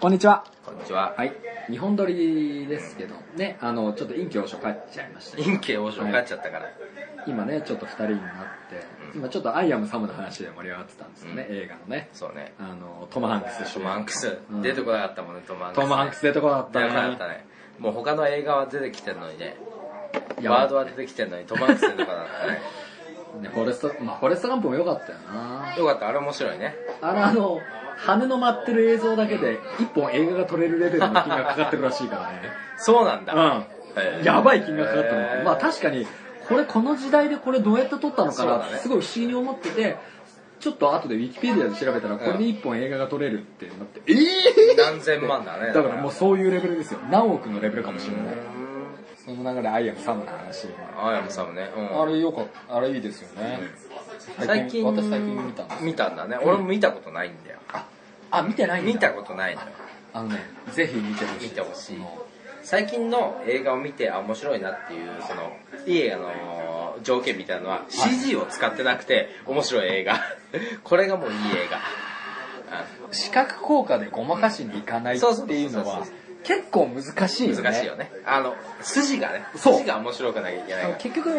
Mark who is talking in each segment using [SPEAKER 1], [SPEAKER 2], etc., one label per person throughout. [SPEAKER 1] こんにちは。
[SPEAKER 2] こんにちは。
[SPEAKER 1] はい。日本撮りですけど、ね、あの、ちょっと陰気をしょかっちゃいましたね。
[SPEAKER 2] 陰形王将勝っちゃったから。
[SPEAKER 1] 今ね、ちょっと二人になって、今ちょっとアイアムサムの話で盛り上がってたんですよね、映画のね。
[SPEAKER 2] そうね。
[SPEAKER 1] あの、トム・ハンクスでし
[SPEAKER 2] ト
[SPEAKER 1] ょ
[SPEAKER 2] ム・ハンクス
[SPEAKER 1] うん。
[SPEAKER 2] 出てこなかったもんね、トム・ハンクス。
[SPEAKER 1] トム・ハンクス出てこなかった
[SPEAKER 2] 出
[SPEAKER 1] ね
[SPEAKER 2] てこなかったね。もう他の映画は出てきてんのにね。
[SPEAKER 1] いや
[SPEAKER 2] ワードは出てきてんのに、トム・ハンクス出てこなかったね。
[SPEAKER 1] ね、フォレスト、まあ、フォレストランプも良かったよな。
[SPEAKER 2] よかった、あれ面白いね。
[SPEAKER 1] あの、あの、羽の舞ってる映像だけで、一本映画が撮れるレベルの金がかかってるらしいからね。
[SPEAKER 2] そうなんだ。
[SPEAKER 1] う
[SPEAKER 2] へ
[SPEAKER 1] ん。
[SPEAKER 2] ー
[SPEAKER 1] やばい金がかかった
[SPEAKER 2] へ
[SPEAKER 1] の。
[SPEAKER 2] ー
[SPEAKER 1] まあ確かに、これこの時代でこれどうやって撮ったのか
[SPEAKER 2] そう
[SPEAKER 1] な
[SPEAKER 2] だ
[SPEAKER 1] っ
[SPEAKER 2] ね
[SPEAKER 1] てすごい不思議に思ってて、ちょっと後でウィキペディアで調べたら、これで一本映画が撮れるってなって、え
[SPEAKER 2] 何千万だね。
[SPEAKER 1] ーだからもうそういうレベルですよ。何億のレベルかもしれない。その流れ、アイアムサムの話。
[SPEAKER 2] あやもさもね。うん
[SPEAKER 1] あれよかった。あれいいですよね。
[SPEAKER 2] 最近、
[SPEAKER 1] 私最近見たんですよ
[SPEAKER 2] 見たんだね。俺も見たことないんだよ。
[SPEAKER 1] あ、見てないんだ
[SPEAKER 2] 見たことないのよ。
[SPEAKER 1] あのね、ぜひ見てほしい。
[SPEAKER 2] 見てほしい最近の映画を見て、あ、面白いなっていう、その、いい映画の条件みたいなのは、CG を使ってなくて、面白い映画。 これがもういい映画。う
[SPEAKER 1] 視覚効果でごまかしにいかないって
[SPEAKER 2] そうそう
[SPEAKER 1] いうの
[SPEAKER 2] そう
[SPEAKER 1] は
[SPEAKER 2] そう、
[SPEAKER 1] 結構難しいよね。
[SPEAKER 2] ん難しいよね。あの、筋がね、
[SPEAKER 1] そう
[SPEAKER 2] 筋が面白くなきゃいけないから。
[SPEAKER 1] 結局、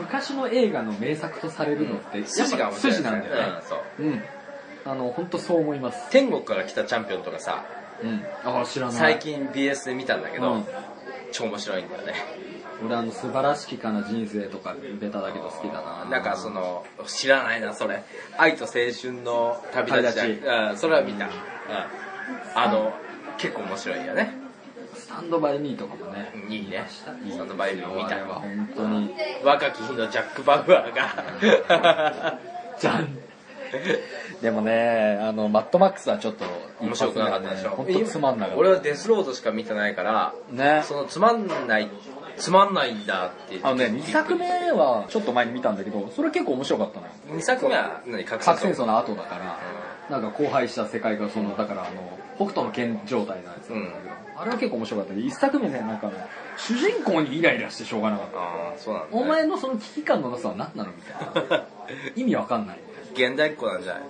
[SPEAKER 1] 昔の映画の名作とされるのって、やっぱ
[SPEAKER 2] 筋が面白い、
[SPEAKER 1] 筋なんだよ
[SPEAKER 2] う
[SPEAKER 1] ね。
[SPEAKER 2] そう。
[SPEAKER 1] うん。あの、本当そう思います。
[SPEAKER 2] 天国から来たチャンピオンとかさ、
[SPEAKER 1] うん。ああ、知らない。
[SPEAKER 2] 最近 BS で見たんだけ
[SPEAKER 1] う
[SPEAKER 2] ど
[SPEAKER 1] ん、
[SPEAKER 2] 超面白いんだよね。
[SPEAKER 1] 俺あの、素晴らしきかな人生とか、ベタだけど好きだな。
[SPEAKER 2] なんかそ、の、知らないな、それ。愛と青春の旅立ちだ。
[SPEAKER 1] 旅立
[SPEAKER 2] うん、それは見た。うん。あの、結構面白いよね。
[SPEAKER 1] スタンドバイミーとかもね。
[SPEAKER 2] うんいいね。
[SPEAKER 1] いい
[SPEAKER 2] そのバイブ見
[SPEAKER 1] あ
[SPEAKER 2] た
[SPEAKER 1] れ。は本当に。
[SPEAKER 2] 若き日のジャック・バウア ーが。
[SPEAKER 1] じゃん。でもね、あの、マットマックスはちょっと、
[SPEAKER 2] 面白くなかったでしょ。
[SPEAKER 1] 本当つまんなかった。
[SPEAKER 2] 俺はデスロードしか見てないから、
[SPEAKER 1] ね。
[SPEAKER 2] そのつまんない、つまんないんだって。
[SPEAKER 1] あのね、2作目はちょっと前に見たんだけど、それ結構面白かったのよ。
[SPEAKER 2] 二作目は何核
[SPEAKER 1] 核戦争の後だから、なんか荒廃した世界がその、だからあの、北斗の剣状態なんですよ。
[SPEAKER 2] うん。
[SPEAKER 1] あれは結構面白かった。1作目ね、なんかね、主人公にイライラしてしょうがなかった。
[SPEAKER 2] ああ、そうなんだ、ね。
[SPEAKER 1] お前のその危機感のなさは何なのみたいな。意味わかんない。
[SPEAKER 2] 現代っ子なんじゃない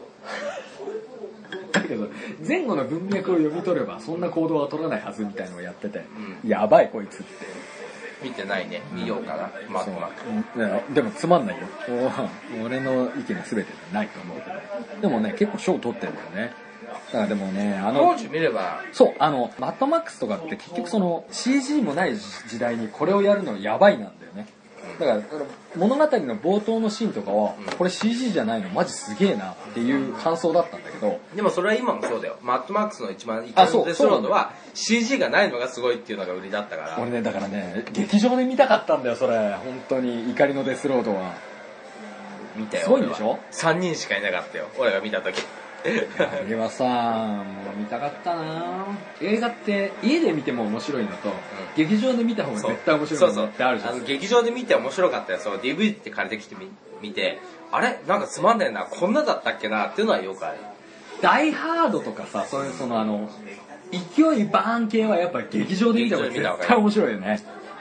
[SPEAKER 1] だけど、前後の文脈を読み取れば、そんな行動は取らないはずみたいのをやってて、
[SPEAKER 2] う
[SPEAKER 1] やばいこいつって。
[SPEAKER 2] 見てないね。見ようかな。マッ
[SPEAKER 1] そう
[SPEAKER 2] トマック。
[SPEAKER 1] うんいやでもつまんないよ。お俺の意見の全てじゃないと思うけど。でもね、結構賞取ってんだよね。だからでもね、あ
[SPEAKER 2] 当
[SPEAKER 1] の、
[SPEAKER 2] 時見れば、
[SPEAKER 1] そう、あの、マットマックスとかって結局その CG もない時代にこれをやるのやばいなんだよね。だから、物語の冒頭のシーンとかは、これ CG じゃないのマジすげえなっていう感想だったんだけど、
[SPEAKER 2] でもそれは今もそうだよ。マットマックスの一番一
[SPEAKER 1] あ
[SPEAKER 2] 番
[SPEAKER 1] そう
[SPEAKER 2] デスロードは CG がないのがすごいっていうのが売りだったから。
[SPEAKER 1] 俺ね、だからね、劇場で見たかったんだよ、それ。本当に、怒りのデスロードは。
[SPEAKER 2] 見たよ。
[SPEAKER 1] すごいんでしょ
[SPEAKER 2] ?3 人しかいなかったよ。俺が見た 時。
[SPEAKER 1] あれはさ、もう見たかったな映画って、家で見ても面白いのと、劇場で見た方が
[SPEAKER 2] そう
[SPEAKER 1] 絶対面
[SPEAKER 2] そ
[SPEAKER 1] 白
[SPEAKER 2] う
[SPEAKER 1] い
[SPEAKER 2] そ
[SPEAKER 1] の
[SPEAKER 2] う
[SPEAKER 1] ってあるじゃん。
[SPEAKER 2] の劇場で見て面白かったやつを DVD って借りてきてみ見て、あれなんかつまんないな。こんなだったっけなっていうのはよくある。
[SPEAKER 1] ダイハードとかさ、そういうそのあの、勢いバーン系はやっぱり劇場で見た方が絶対面白いよね。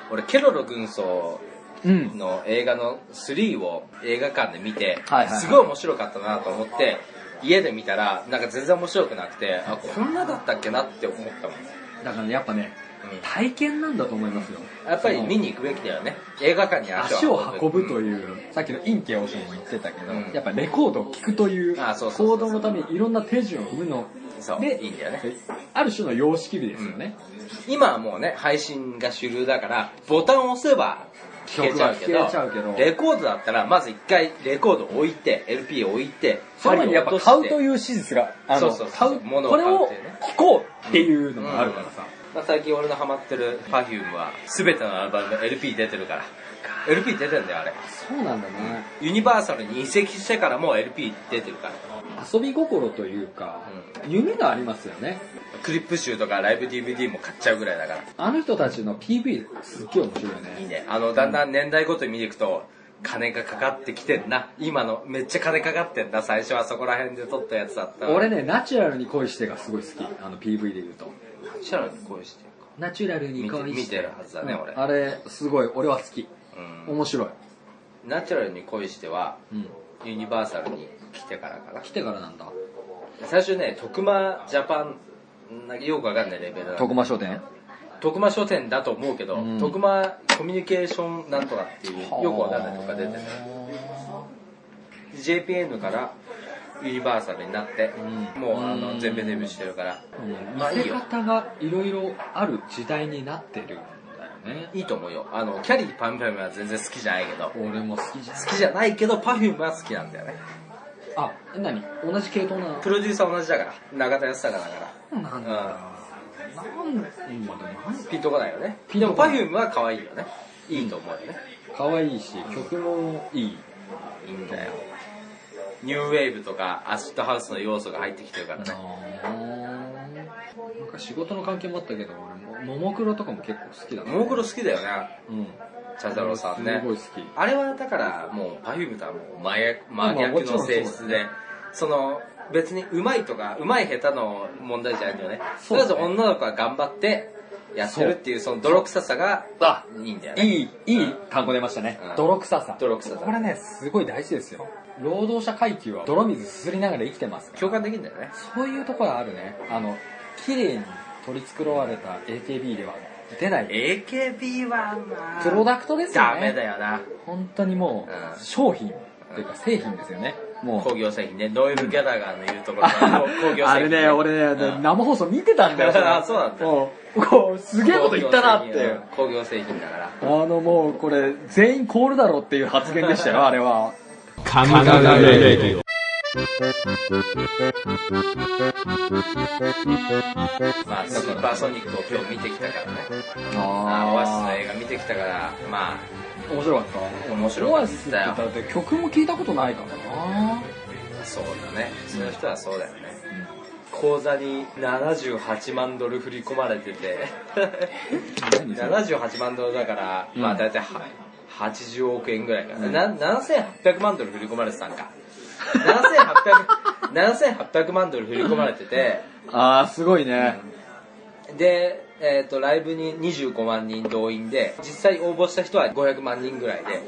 [SPEAKER 2] 俺、ケロロ軍曹
[SPEAKER 1] うん。
[SPEAKER 2] の映画の3を映画館で見て
[SPEAKER 1] はいはいはい、
[SPEAKER 2] すごい面白かったなと思って、家で見たら、なんか全然面白くなくて、あ、こんなだったっけなって思ったもん。
[SPEAKER 1] だからね、やっぱね、体験なんだと思いますよ。
[SPEAKER 2] やっぱり見に行くべきだよね。映画館に
[SPEAKER 1] 足
[SPEAKER 2] 足を
[SPEAKER 1] を運ぶという、さっきの陰形オションも言ってたけど、
[SPEAKER 2] うん
[SPEAKER 1] やっぱレコードを聞くという
[SPEAKER 2] あそうそ
[SPEAKER 1] 行
[SPEAKER 2] うそうそう
[SPEAKER 1] 動のためにいろんな手順を踏むの
[SPEAKER 2] そう
[SPEAKER 1] で
[SPEAKER 2] いいんだよね
[SPEAKER 1] ある種の様式美ですよね、
[SPEAKER 2] 今はもうね、配信が主流だから、ボタンを押せば聞けちゃうけ
[SPEAKER 1] 曲が
[SPEAKER 2] ど
[SPEAKER 1] 聞けちゃうけど
[SPEAKER 2] レコードだったら、まず一回レコードを置いて、LP を置いて、
[SPEAKER 1] その前にやっぱ買うと
[SPEAKER 2] う。
[SPEAKER 1] いう史実があの
[SPEAKER 2] そうそうそう
[SPEAKER 1] 買う
[SPEAKER 2] 物を
[SPEAKER 1] これ
[SPEAKER 2] 買う
[SPEAKER 1] を
[SPEAKER 2] っていうね
[SPEAKER 1] 聞こうっていうのがあるからさ、
[SPEAKER 2] まあ、最近俺のハマってる Perfume は、すべてのアルバム LP 出てるから。LP 出てんだよ、あれ。
[SPEAKER 1] そうなんだね
[SPEAKER 2] ユニバーサルに移籍してからもう LP 出てるから。
[SPEAKER 1] 遊び心というか、夢がありますよね
[SPEAKER 2] クリップ集とかライブ DVD も買っちゃうぐらいだから。
[SPEAKER 1] あの人たちの PV すっげえ面白いよ
[SPEAKER 2] いい
[SPEAKER 1] ね
[SPEAKER 2] ね。あの、だんだん年代ごとに見ていくと、金がかかってきてんな。今の、めっちゃ金かかってんな。最初はそこら辺で撮ったやつだった。
[SPEAKER 1] 俺、ねナチュラルに恋してがすごい好きあの PV で言うと
[SPEAKER 2] シャラに恋してるか。
[SPEAKER 1] ナチュラルに恋して
[SPEAKER 2] 見て見てるはずだね
[SPEAKER 1] うん
[SPEAKER 2] 俺
[SPEAKER 1] あれすごい俺は好き
[SPEAKER 2] うん。
[SPEAKER 1] 面白い、
[SPEAKER 2] ナチュラルに恋しては、
[SPEAKER 1] うん、
[SPEAKER 2] ユニバーサルに来てからかな
[SPEAKER 1] 来。てからなんだ
[SPEAKER 2] 最初ね、徳間ジャパンなんかよくわかんないレベルだ
[SPEAKER 1] 徳間商店
[SPEAKER 2] 徳間書店だと思うけど、
[SPEAKER 1] うん
[SPEAKER 2] 徳間コミュニケーションなんとかっていうよくわかんないとか出てて JPN からユニバーサルになって、
[SPEAKER 1] うん
[SPEAKER 2] もうあの
[SPEAKER 1] うん
[SPEAKER 2] 全米デビューしてるから、まあ
[SPEAKER 1] 見
[SPEAKER 2] いい
[SPEAKER 1] せ
[SPEAKER 2] よ
[SPEAKER 1] 方がいろいろある時代になってるんだよね
[SPEAKER 2] いいと思うよあのキャリーパンパンは全然好きじゃないけど好
[SPEAKER 1] 俺も好きじゃん
[SPEAKER 2] きじゃないけどパフュームは好きなんだよね
[SPEAKER 1] あ何同じ系統なの
[SPEAKER 2] プロデューサー同じだから永田康隆だから
[SPEAKER 1] そうなんだなんだ今でもなん
[SPEAKER 2] ピンとこないよね
[SPEAKER 1] ピン
[SPEAKER 2] で
[SPEAKER 1] と
[SPEAKER 2] も
[SPEAKER 1] こな
[SPEAKER 2] パ
[SPEAKER 1] い
[SPEAKER 2] フュームは可愛いよねいいと思うよね、
[SPEAKER 1] 可愛いし曲もいい
[SPEAKER 2] いいんだよニューウェーブとかアシッドハウスの要素が入ってきてるからね
[SPEAKER 1] なんか仕事の関係もあったけど俺もももクロとかも結構好きだ
[SPEAKER 2] ももクロ好
[SPEAKER 1] 好
[SPEAKER 2] きだよね
[SPEAKER 1] きうん
[SPEAKER 2] 茶太郎さんね
[SPEAKER 1] すごい好き
[SPEAKER 2] あれはだからもう Perfume とはもう真逆真逆の性質で、その別にうまいとかうまい下手の問題じゃないんだよね
[SPEAKER 1] そ
[SPEAKER 2] と
[SPEAKER 1] う
[SPEAKER 2] り
[SPEAKER 1] だ
[SPEAKER 2] あえ
[SPEAKER 1] ね
[SPEAKER 2] ず女の子は頑張ってやってるっていうその泥臭さが
[SPEAKER 1] あ
[SPEAKER 2] いいんだよね
[SPEAKER 1] いい、いい単語出ましたね
[SPEAKER 2] うん。
[SPEAKER 1] 泥臭さ。
[SPEAKER 2] 泥臭さ
[SPEAKER 1] これね、すごい大事ですよ。労働者階級は泥水すすりながら生きてますから
[SPEAKER 2] 共感できるんだよね
[SPEAKER 1] そういうところあるね。あの、綺麗に取り繕われた AKB では出ない。
[SPEAKER 2] AKB はまあ
[SPEAKER 1] プロダクトですよね。
[SPEAKER 2] ダメだよな
[SPEAKER 1] 本当にも
[SPEAKER 2] うん
[SPEAKER 1] う、商品というか製品ですよね。も
[SPEAKER 2] 工
[SPEAKER 1] う。
[SPEAKER 2] 業製品ねノエル・ギャラガーの言うところの工業製品
[SPEAKER 1] あれね、俺ね、
[SPEAKER 2] うん
[SPEAKER 1] 生放送見てたんだよ。
[SPEAKER 2] あそうなんだ
[SPEAKER 1] もうこう、すげえこと言ったなって。
[SPEAKER 2] 工業製品だから
[SPEAKER 1] あのもう、これ、全員凍るだろうっていう発言でした よ、あれは。
[SPEAKER 3] カムカムレディオ。
[SPEAKER 2] まあスーパーソニックを今日見てきたからねああ
[SPEAKER 1] あ
[SPEAKER 2] オアシスの映画見てきたからま
[SPEAKER 1] 面白かった
[SPEAKER 2] あ面白
[SPEAKER 1] オ
[SPEAKER 2] か
[SPEAKER 1] ア
[SPEAKER 2] っ
[SPEAKER 1] シスって
[SPEAKER 2] た
[SPEAKER 1] だ
[SPEAKER 2] よ
[SPEAKER 1] って曲も聞いたことないからな
[SPEAKER 2] そうだね普通の人はそうだよね、口座に78万ドル振り込まれてて
[SPEAKER 1] 何それ
[SPEAKER 2] 78万ドルだから、まあ
[SPEAKER 1] うん
[SPEAKER 2] 大体は80億円ぐらいかな,、な7800万ドル振り込まれてたんか 7800, 7800万ドル振り込まれてて
[SPEAKER 1] ああすごいね
[SPEAKER 2] で、えー、とライブに25万人動員で実際応募した人は500万人ぐらいで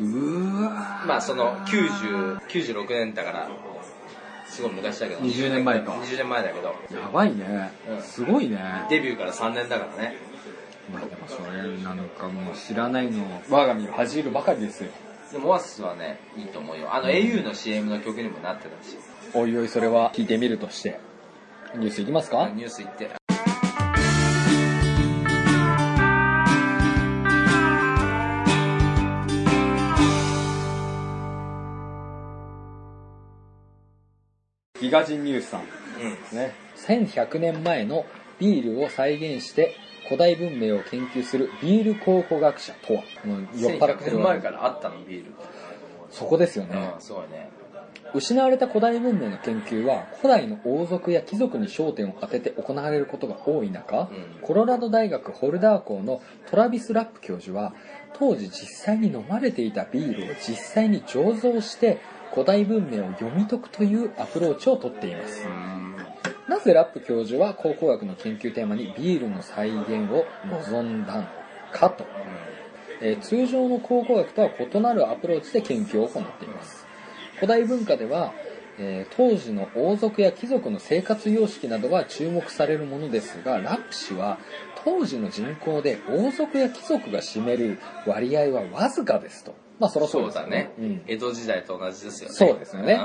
[SPEAKER 1] うーわ
[SPEAKER 2] まあその90 96年だからすごい昔だけど
[SPEAKER 1] 20年前か
[SPEAKER 2] 20年前だけど
[SPEAKER 1] やばいね
[SPEAKER 2] うん
[SPEAKER 1] すごいねまあ
[SPEAKER 2] デビューから3年だからね
[SPEAKER 1] でもそれなんかもう知らないのを我が身を恥じるばかりですよ
[SPEAKER 2] でもオアシスはねいいと思うよあの au の CM の曲にもなってたし
[SPEAKER 1] おいおいそれは聞いてみるとしてニュースいきますか
[SPEAKER 2] ニュース行って
[SPEAKER 1] ギガ人ニュースさん
[SPEAKER 2] うん
[SPEAKER 1] ね1100年前のビールを再現して古代文明を研究するビール考古学者とはもう酔っ払っ
[SPEAKER 2] 1100
[SPEAKER 1] てる
[SPEAKER 2] 年
[SPEAKER 1] わ
[SPEAKER 2] 前
[SPEAKER 1] け
[SPEAKER 2] からあったのビール
[SPEAKER 1] そこですよね、
[SPEAKER 2] うんすごいね
[SPEAKER 1] 失われた古代文明の研究は古代の王族や貴族に焦点を当てて行われることが多い中、
[SPEAKER 2] うん
[SPEAKER 1] コロラド大学ホルダー校のトラビス・ラップ教授は当時実際に飲まれていたビールを実際に醸造して古代文明を読み解くというアプローチをとっていますなぜラップ教授は考古学の研究テーマにビールの再現を望んだのかとえー通常の考古学とは異なるアプローチで研究を行っています古代文化では、えー当時の王族や貴族の生活様式などが注目されるものですがラップ氏は当時の人口で王族や貴族が占める割合はわずかですとまあそりゃそう
[SPEAKER 2] そ
[SPEAKER 1] で
[SPEAKER 2] う
[SPEAKER 1] すよ
[SPEAKER 2] だね、
[SPEAKER 1] うん、
[SPEAKER 2] 江戸時代と同じですよね
[SPEAKER 1] そうですよね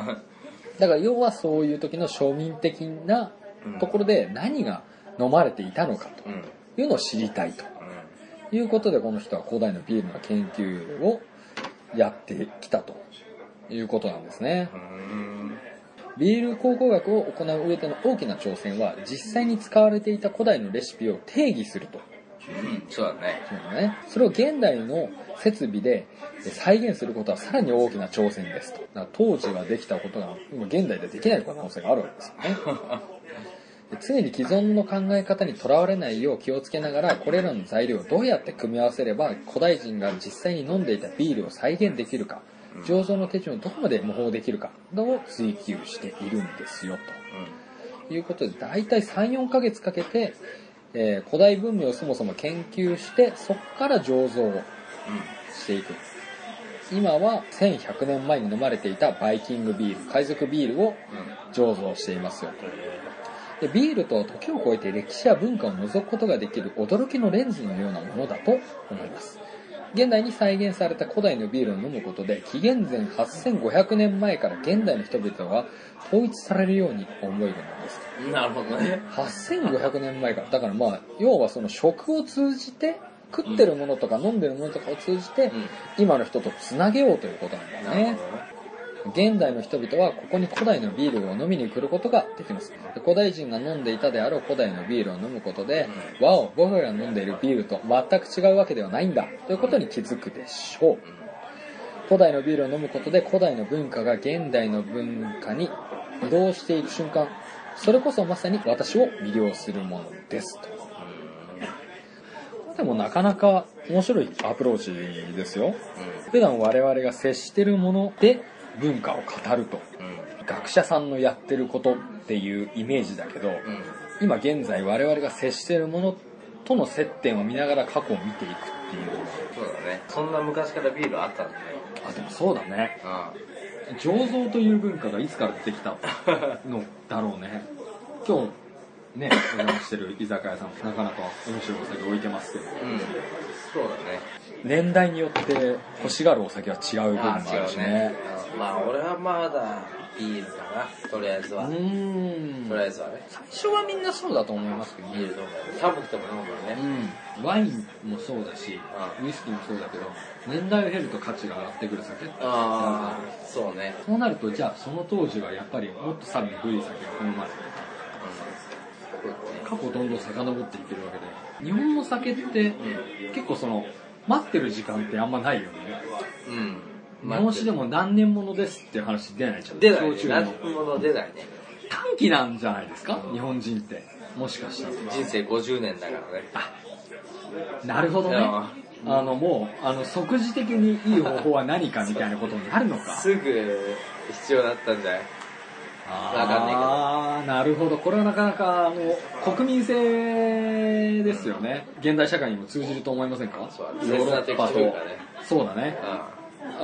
[SPEAKER 2] う
[SPEAKER 1] だから要はそういう時の庶民的なところで何が飲まれていたのか
[SPEAKER 2] ん、うん
[SPEAKER 1] というのを知りたいとということでこの人は古代のビールの研究をやってきたということなんですね
[SPEAKER 2] うん
[SPEAKER 1] ビール考古学を行う上での大きな挑戦は実際に使われていた古代のレシピを定義すると
[SPEAKER 2] うんそうだね
[SPEAKER 1] そうだね、それを現代の設備で再現することはさらに大きな挑戦ですとだから当時はできたことが今現代ではできない可能性があるわけですよねで常に既存の考え方にとらわれないよう気をつけながらこれらの材料をどうやって組み合わせれば古代人が実際に飲んでいたビールを再現できるか醸造の手順をどこまで模倣できるかなどを追求しているんですよと。ということで大体34ヶ月かけて、えー古代文明をそもそも研究してそこから醸造をしていく今は1100年前に飲まれていたバイキングビール海賊ビールを
[SPEAKER 2] うんうん
[SPEAKER 1] 醸造していますよでビールと時を超えて歴史や文化を覗くことができる驚きのレンズのようなものだと思います現代に再現された古代のビールを飲むことで紀元前8500年前から現代の人々が統一されるように思えるのです
[SPEAKER 2] なるほどね。
[SPEAKER 1] 8500年前からだからまあ要はその食を通じて食ってるものとか飲んでるものとかを通じて、
[SPEAKER 2] うん
[SPEAKER 1] 今の人とつなげようということなんだよ
[SPEAKER 2] なる
[SPEAKER 1] ね
[SPEAKER 2] ほどね。
[SPEAKER 1] 現代の人々はここに古代のビールを飲みに来ることができますで古代人が飲んでいたであろう古代のビールを飲むことで、和を僕らが飲んでいるビールと全く違うわけではないんだということに気づくでしょう古代のビールを飲むことで古代の文化が現代の文化に移動していく瞬間それこそまさに私を魅了するものですとでもなかなか面白いアプローチですよ普段我々が接してるもので文化を語ると
[SPEAKER 2] うん。うん。
[SPEAKER 1] 学者さんのやってることっていうイメージだけど、
[SPEAKER 2] うん。うん。
[SPEAKER 1] 今現在我々が接しているものとの接点を見ながら過去を見ていくっていう
[SPEAKER 2] そうだね。そんな昔からビールあったんだね。
[SPEAKER 1] あでもそうだね
[SPEAKER 2] う
[SPEAKER 1] 醸造という文化がいつから出てきたのだろうね今日ねお邪魔してる居酒屋さんもなかなか面白いお酒置いてますけど
[SPEAKER 2] ん。うん。そうだね。
[SPEAKER 1] 年代によって欲しがるお酒は違う部分もあ
[SPEAKER 2] ああ、違
[SPEAKER 1] るし
[SPEAKER 2] うね
[SPEAKER 1] ね。
[SPEAKER 2] うんまあ、俺はまだビールかな。とりあえず
[SPEAKER 1] う
[SPEAKER 2] は。とり
[SPEAKER 1] ー
[SPEAKER 2] あ
[SPEAKER 1] ん
[SPEAKER 2] えずはね。
[SPEAKER 1] 最初はみんなそうだと思いますけど
[SPEAKER 2] ビール飲むよね。寒くても飲むよね。
[SPEAKER 1] うん、ワインもそうだし、
[SPEAKER 2] う
[SPEAKER 1] ウイスキーもそうだけど年代を経ると価値が上がってくる酒って
[SPEAKER 2] ああ、そうね。
[SPEAKER 1] そうなるとじゃあその当時はやっぱりもっとさらに古い酒が好まれて
[SPEAKER 2] うん。
[SPEAKER 1] 過去をどんどん遡っていけるわけで日本の酒って結構その待ってる時間ってあんまないよね
[SPEAKER 2] うん。
[SPEAKER 1] 日本酒でも何年ものですっていう話出ないじゃん
[SPEAKER 2] 出ないね
[SPEAKER 1] 焼。酎
[SPEAKER 2] 何
[SPEAKER 1] も
[SPEAKER 2] 者出ないね。
[SPEAKER 1] 短期なんじゃないですか日本人ってもしかしたら
[SPEAKER 2] 人生50年だからね。
[SPEAKER 1] なるほどね
[SPEAKER 2] いや
[SPEAKER 1] あのもうあの即時的にいい方法は何かみたいなことになるのか
[SPEAKER 2] すぐ必要だったんじゃないわかんないけど
[SPEAKER 1] ああなるほどこれはなかなかあの国民性ですよね現代社会にも通じると思いませんか
[SPEAKER 2] そうだ
[SPEAKER 1] ヨーロッパ
[SPEAKER 2] 切な的という
[SPEAKER 1] と
[SPEAKER 2] かね
[SPEAKER 1] そうだねあ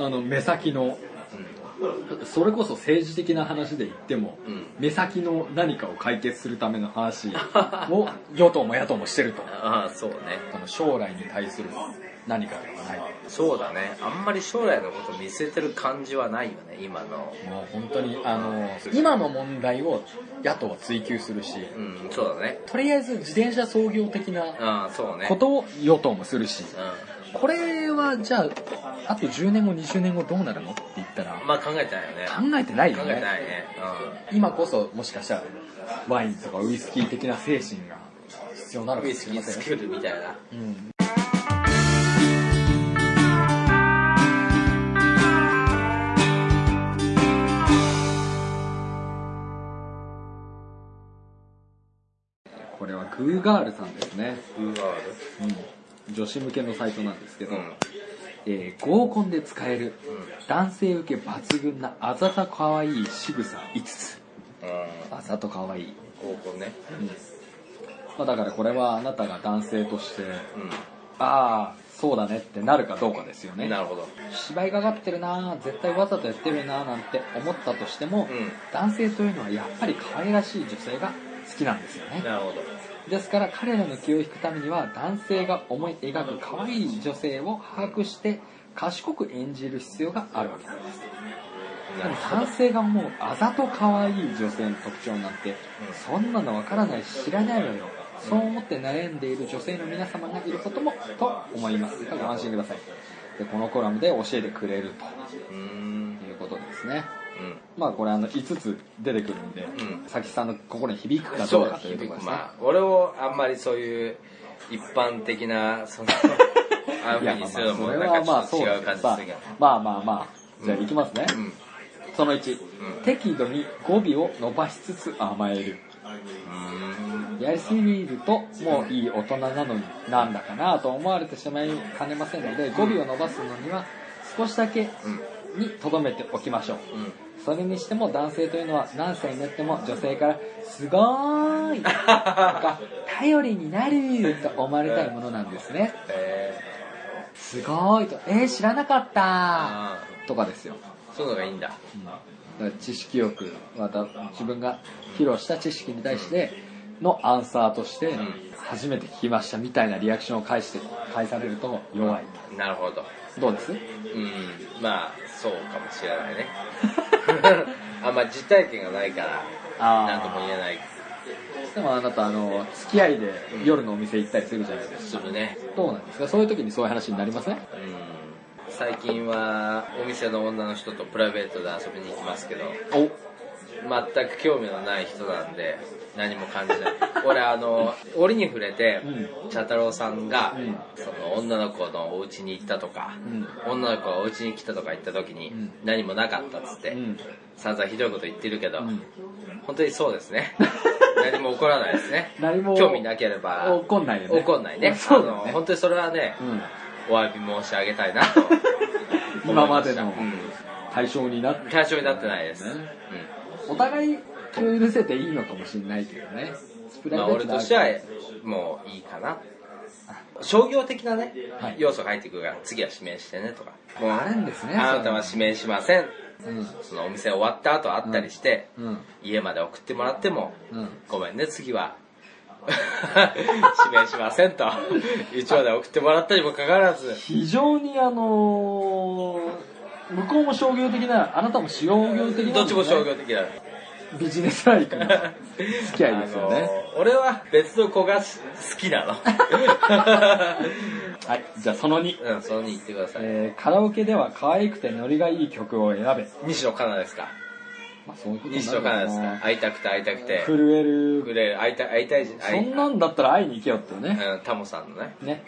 [SPEAKER 1] の目先のそれこそ政治的な話で言っても、
[SPEAKER 2] うん
[SPEAKER 1] 目先の何かを解決するための話 を与党も野党もしてると
[SPEAKER 2] ああ、そうね。
[SPEAKER 1] その将来に対する何かではない
[SPEAKER 2] そうだね。あんまり将来のこと見据えてる感じはないよね、今の。
[SPEAKER 1] もう本当にあの今の問題を野党は追及するし
[SPEAKER 2] うん、そうだね。
[SPEAKER 1] とりあえず自転車操業的な
[SPEAKER 2] ああ、そうね。
[SPEAKER 1] ことを与党もするし
[SPEAKER 2] う
[SPEAKER 1] これはじゃああと10年後20年後どうなるのって言ったら
[SPEAKER 2] ん。まあ考えてないよね。
[SPEAKER 1] 考えてないよ
[SPEAKER 2] 考えて
[SPEAKER 1] ね
[SPEAKER 2] ないね。
[SPEAKER 1] 今こそもしかしたらワインとかウイスキー的な精神が必要な
[SPEAKER 2] う
[SPEAKER 1] のか
[SPEAKER 2] ん。ウ
[SPEAKER 1] も
[SPEAKER 2] イ
[SPEAKER 1] し
[SPEAKER 2] ス
[SPEAKER 1] れ
[SPEAKER 2] キ
[SPEAKER 1] ま
[SPEAKER 2] ー
[SPEAKER 1] せん
[SPEAKER 2] 作るみたいな。
[SPEAKER 1] うんこれはグーガールさんですね、
[SPEAKER 2] うわ
[SPEAKER 1] うん、女子向けのサイトなんですけ
[SPEAKER 2] う
[SPEAKER 1] ど、
[SPEAKER 2] ん。
[SPEAKER 1] えー合コンで使える男性受け抜群なあざとかわいい仕草5つ
[SPEAKER 2] う
[SPEAKER 1] あざとかわいい、
[SPEAKER 2] ん。合コンね。
[SPEAKER 1] まあ、だからこれはあなたが男性として
[SPEAKER 2] う
[SPEAKER 1] ああそうだねってなるかどうかですよね
[SPEAKER 2] ん。なるほど。
[SPEAKER 1] 芝居がかってるなあ絶対わざとやってるなあなんて思ったとしても、
[SPEAKER 2] うん
[SPEAKER 1] 男性というのはやっぱり可愛らしい女性が好きなんですよね
[SPEAKER 2] なるほ
[SPEAKER 1] ですから彼らの気を引くためには男性が思い描く可愛い女性を把握して賢く演じる必要があるわけなんです
[SPEAKER 2] ど。
[SPEAKER 1] で
[SPEAKER 2] なる
[SPEAKER 1] も
[SPEAKER 2] ほ
[SPEAKER 1] 男性が思うあざと可愛い女性の特徴なんてそんなのわからないし知らないわよそう思って悩んでいる女性の皆様がいることもと思いますご安心くださいでこのコラムで教えてくれる
[SPEAKER 2] ど。うーん
[SPEAKER 1] と。いうことですね
[SPEAKER 2] うん。
[SPEAKER 1] まあこれあの5つ出てくるんで、
[SPEAKER 2] ん
[SPEAKER 1] 佐木さんの心に響くか
[SPEAKER 2] そ
[SPEAKER 1] ど
[SPEAKER 2] う
[SPEAKER 1] う
[SPEAKER 2] だ
[SPEAKER 1] かというところですね、
[SPEAKER 2] まあ俺をあんまりそういう一般的なそのああいうふうにするのもなんかちょっと違う感じするけど
[SPEAKER 1] まあまあまあじゃあいきますね、
[SPEAKER 2] うん
[SPEAKER 1] その1、適度に語尾を伸ばしつつ甘えるやりすぎるともういい大人なのになんだかなと思われてしまいかねませんので語尾を伸ばすのには少しだけにとどめておきましょう
[SPEAKER 2] うん
[SPEAKER 1] それにしても男性というのは何歳になっても女性から「すごーい」とか「頼りになる」と思われたいものなんですね
[SPEAKER 2] え
[SPEAKER 1] 「すごーい」と「えー、知らなかった
[SPEAKER 2] あ」
[SPEAKER 1] とかですよ
[SPEAKER 2] あそういうのがいいんだ
[SPEAKER 1] だから知識欲また自分が披露した知識に対して、のアンサーとして
[SPEAKER 2] ん
[SPEAKER 1] 初めて聞きましたみたいなリアクションを返して返されると弱い
[SPEAKER 2] なるほど
[SPEAKER 1] どうです
[SPEAKER 2] うんまあそうかもしれないね あんま実体験がないから
[SPEAKER 1] あー
[SPEAKER 2] 何とも言えない
[SPEAKER 1] でもあなたあの付き合いで夜のお店行ったりするじゃないです
[SPEAKER 2] するね
[SPEAKER 1] かどうなんですかそういう時にそういう話になりません
[SPEAKER 2] うん最近はお店の女の人とプライベートで遊びに行きますけど
[SPEAKER 1] お
[SPEAKER 2] 全く興味のない人なんで何も感じない俺あ の折に触れて
[SPEAKER 1] う
[SPEAKER 2] 茶太郎さんが、
[SPEAKER 1] うん
[SPEAKER 2] その女の子のお家に行ったとか、女の子がお家に来たとか言った時に、
[SPEAKER 1] ん
[SPEAKER 2] 何もなかったっつって、
[SPEAKER 1] うん
[SPEAKER 2] 散々ひどいこと言ってるけど、
[SPEAKER 1] ん
[SPEAKER 2] 本当にそうですね 何も起こらないですね
[SPEAKER 1] 何も
[SPEAKER 2] 興味なければ
[SPEAKER 1] 怒んないよね
[SPEAKER 2] 怒んないね
[SPEAKER 1] そうだ
[SPEAKER 2] あ
[SPEAKER 1] よ
[SPEAKER 2] の
[SPEAKER 1] ね
[SPEAKER 2] 本当にそれはね、
[SPEAKER 1] うん
[SPEAKER 2] お詫び申し上げたいなと
[SPEAKER 1] 今までの
[SPEAKER 2] 思いした
[SPEAKER 1] 対象になって
[SPEAKER 2] うん、対象になってないです、
[SPEAKER 1] ね
[SPEAKER 2] うん
[SPEAKER 1] お互い気を許せていいのかもしれないけどねプ
[SPEAKER 2] まあ、
[SPEAKER 1] ベ
[SPEAKER 2] 俺
[SPEAKER 1] ートな
[SPEAKER 2] としてはもういいかな商業的なね、
[SPEAKER 1] はい
[SPEAKER 2] 要素が入ってくるから次は指名してねとかもう
[SPEAKER 1] あるんですね
[SPEAKER 2] あなたは指名しません
[SPEAKER 1] うん
[SPEAKER 2] そのお店終わった後会ったりして、
[SPEAKER 1] うん
[SPEAKER 2] 家まで送ってもらっても、
[SPEAKER 1] うん
[SPEAKER 2] ごめんね次は 指名しませんと一応で送ってもらったにもかかわらず
[SPEAKER 1] 非常にあのー向こうも商業的なあなたも商業的な、
[SPEAKER 2] どっちも商業的 だ
[SPEAKER 1] ビジネスライクな付き合いですよね、
[SPEAKER 2] あの俺は別の子が好きなの
[SPEAKER 1] はいじゃあその2、
[SPEAKER 2] うんそのに言ってください、
[SPEAKER 1] えーカラオケでは可愛くてノリがいい曲を選べ
[SPEAKER 2] 西野カナですか
[SPEAKER 1] まあそういうことに
[SPEAKER 2] 西
[SPEAKER 1] な
[SPEAKER 2] 野
[SPEAKER 1] る
[SPEAKER 2] カナ
[SPEAKER 1] な
[SPEAKER 2] ですか会いたくて会いたくて
[SPEAKER 1] 震え
[SPEAKER 2] く
[SPEAKER 1] る
[SPEAKER 2] れる会いたい会いたいじ
[SPEAKER 1] そ
[SPEAKER 2] 会い
[SPEAKER 1] んなんだったら会いに行けよってね、
[SPEAKER 2] うんタモさんのね
[SPEAKER 1] ね、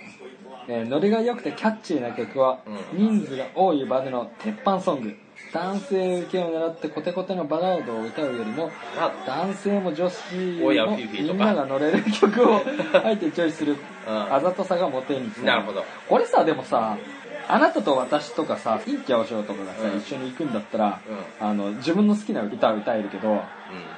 [SPEAKER 1] えーノリが良くてキャッチーな曲は、
[SPEAKER 2] うん
[SPEAKER 1] 人数が多い場での鉄板ソング男性受けを狙ってコテコテのバラードを歌うよりも
[SPEAKER 2] あ
[SPEAKER 1] 男性も女子
[SPEAKER 2] おや
[SPEAKER 1] も
[SPEAKER 2] ピーピーと
[SPEAKER 1] み
[SPEAKER 2] か
[SPEAKER 1] んなが乗れる曲をあえてチョイスする
[SPEAKER 2] うん
[SPEAKER 1] あざとさがモテにつ
[SPEAKER 2] なるほど
[SPEAKER 1] これさでもさあなたと私とかさ陰キャ和尚とかがさ、
[SPEAKER 2] うん
[SPEAKER 1] 一緒に行くんだったら、
[SPEAKER 2] う
[SPEAKER 1] あの自分の好きな歌を歌えるけど、
[SPEAKER 2] うん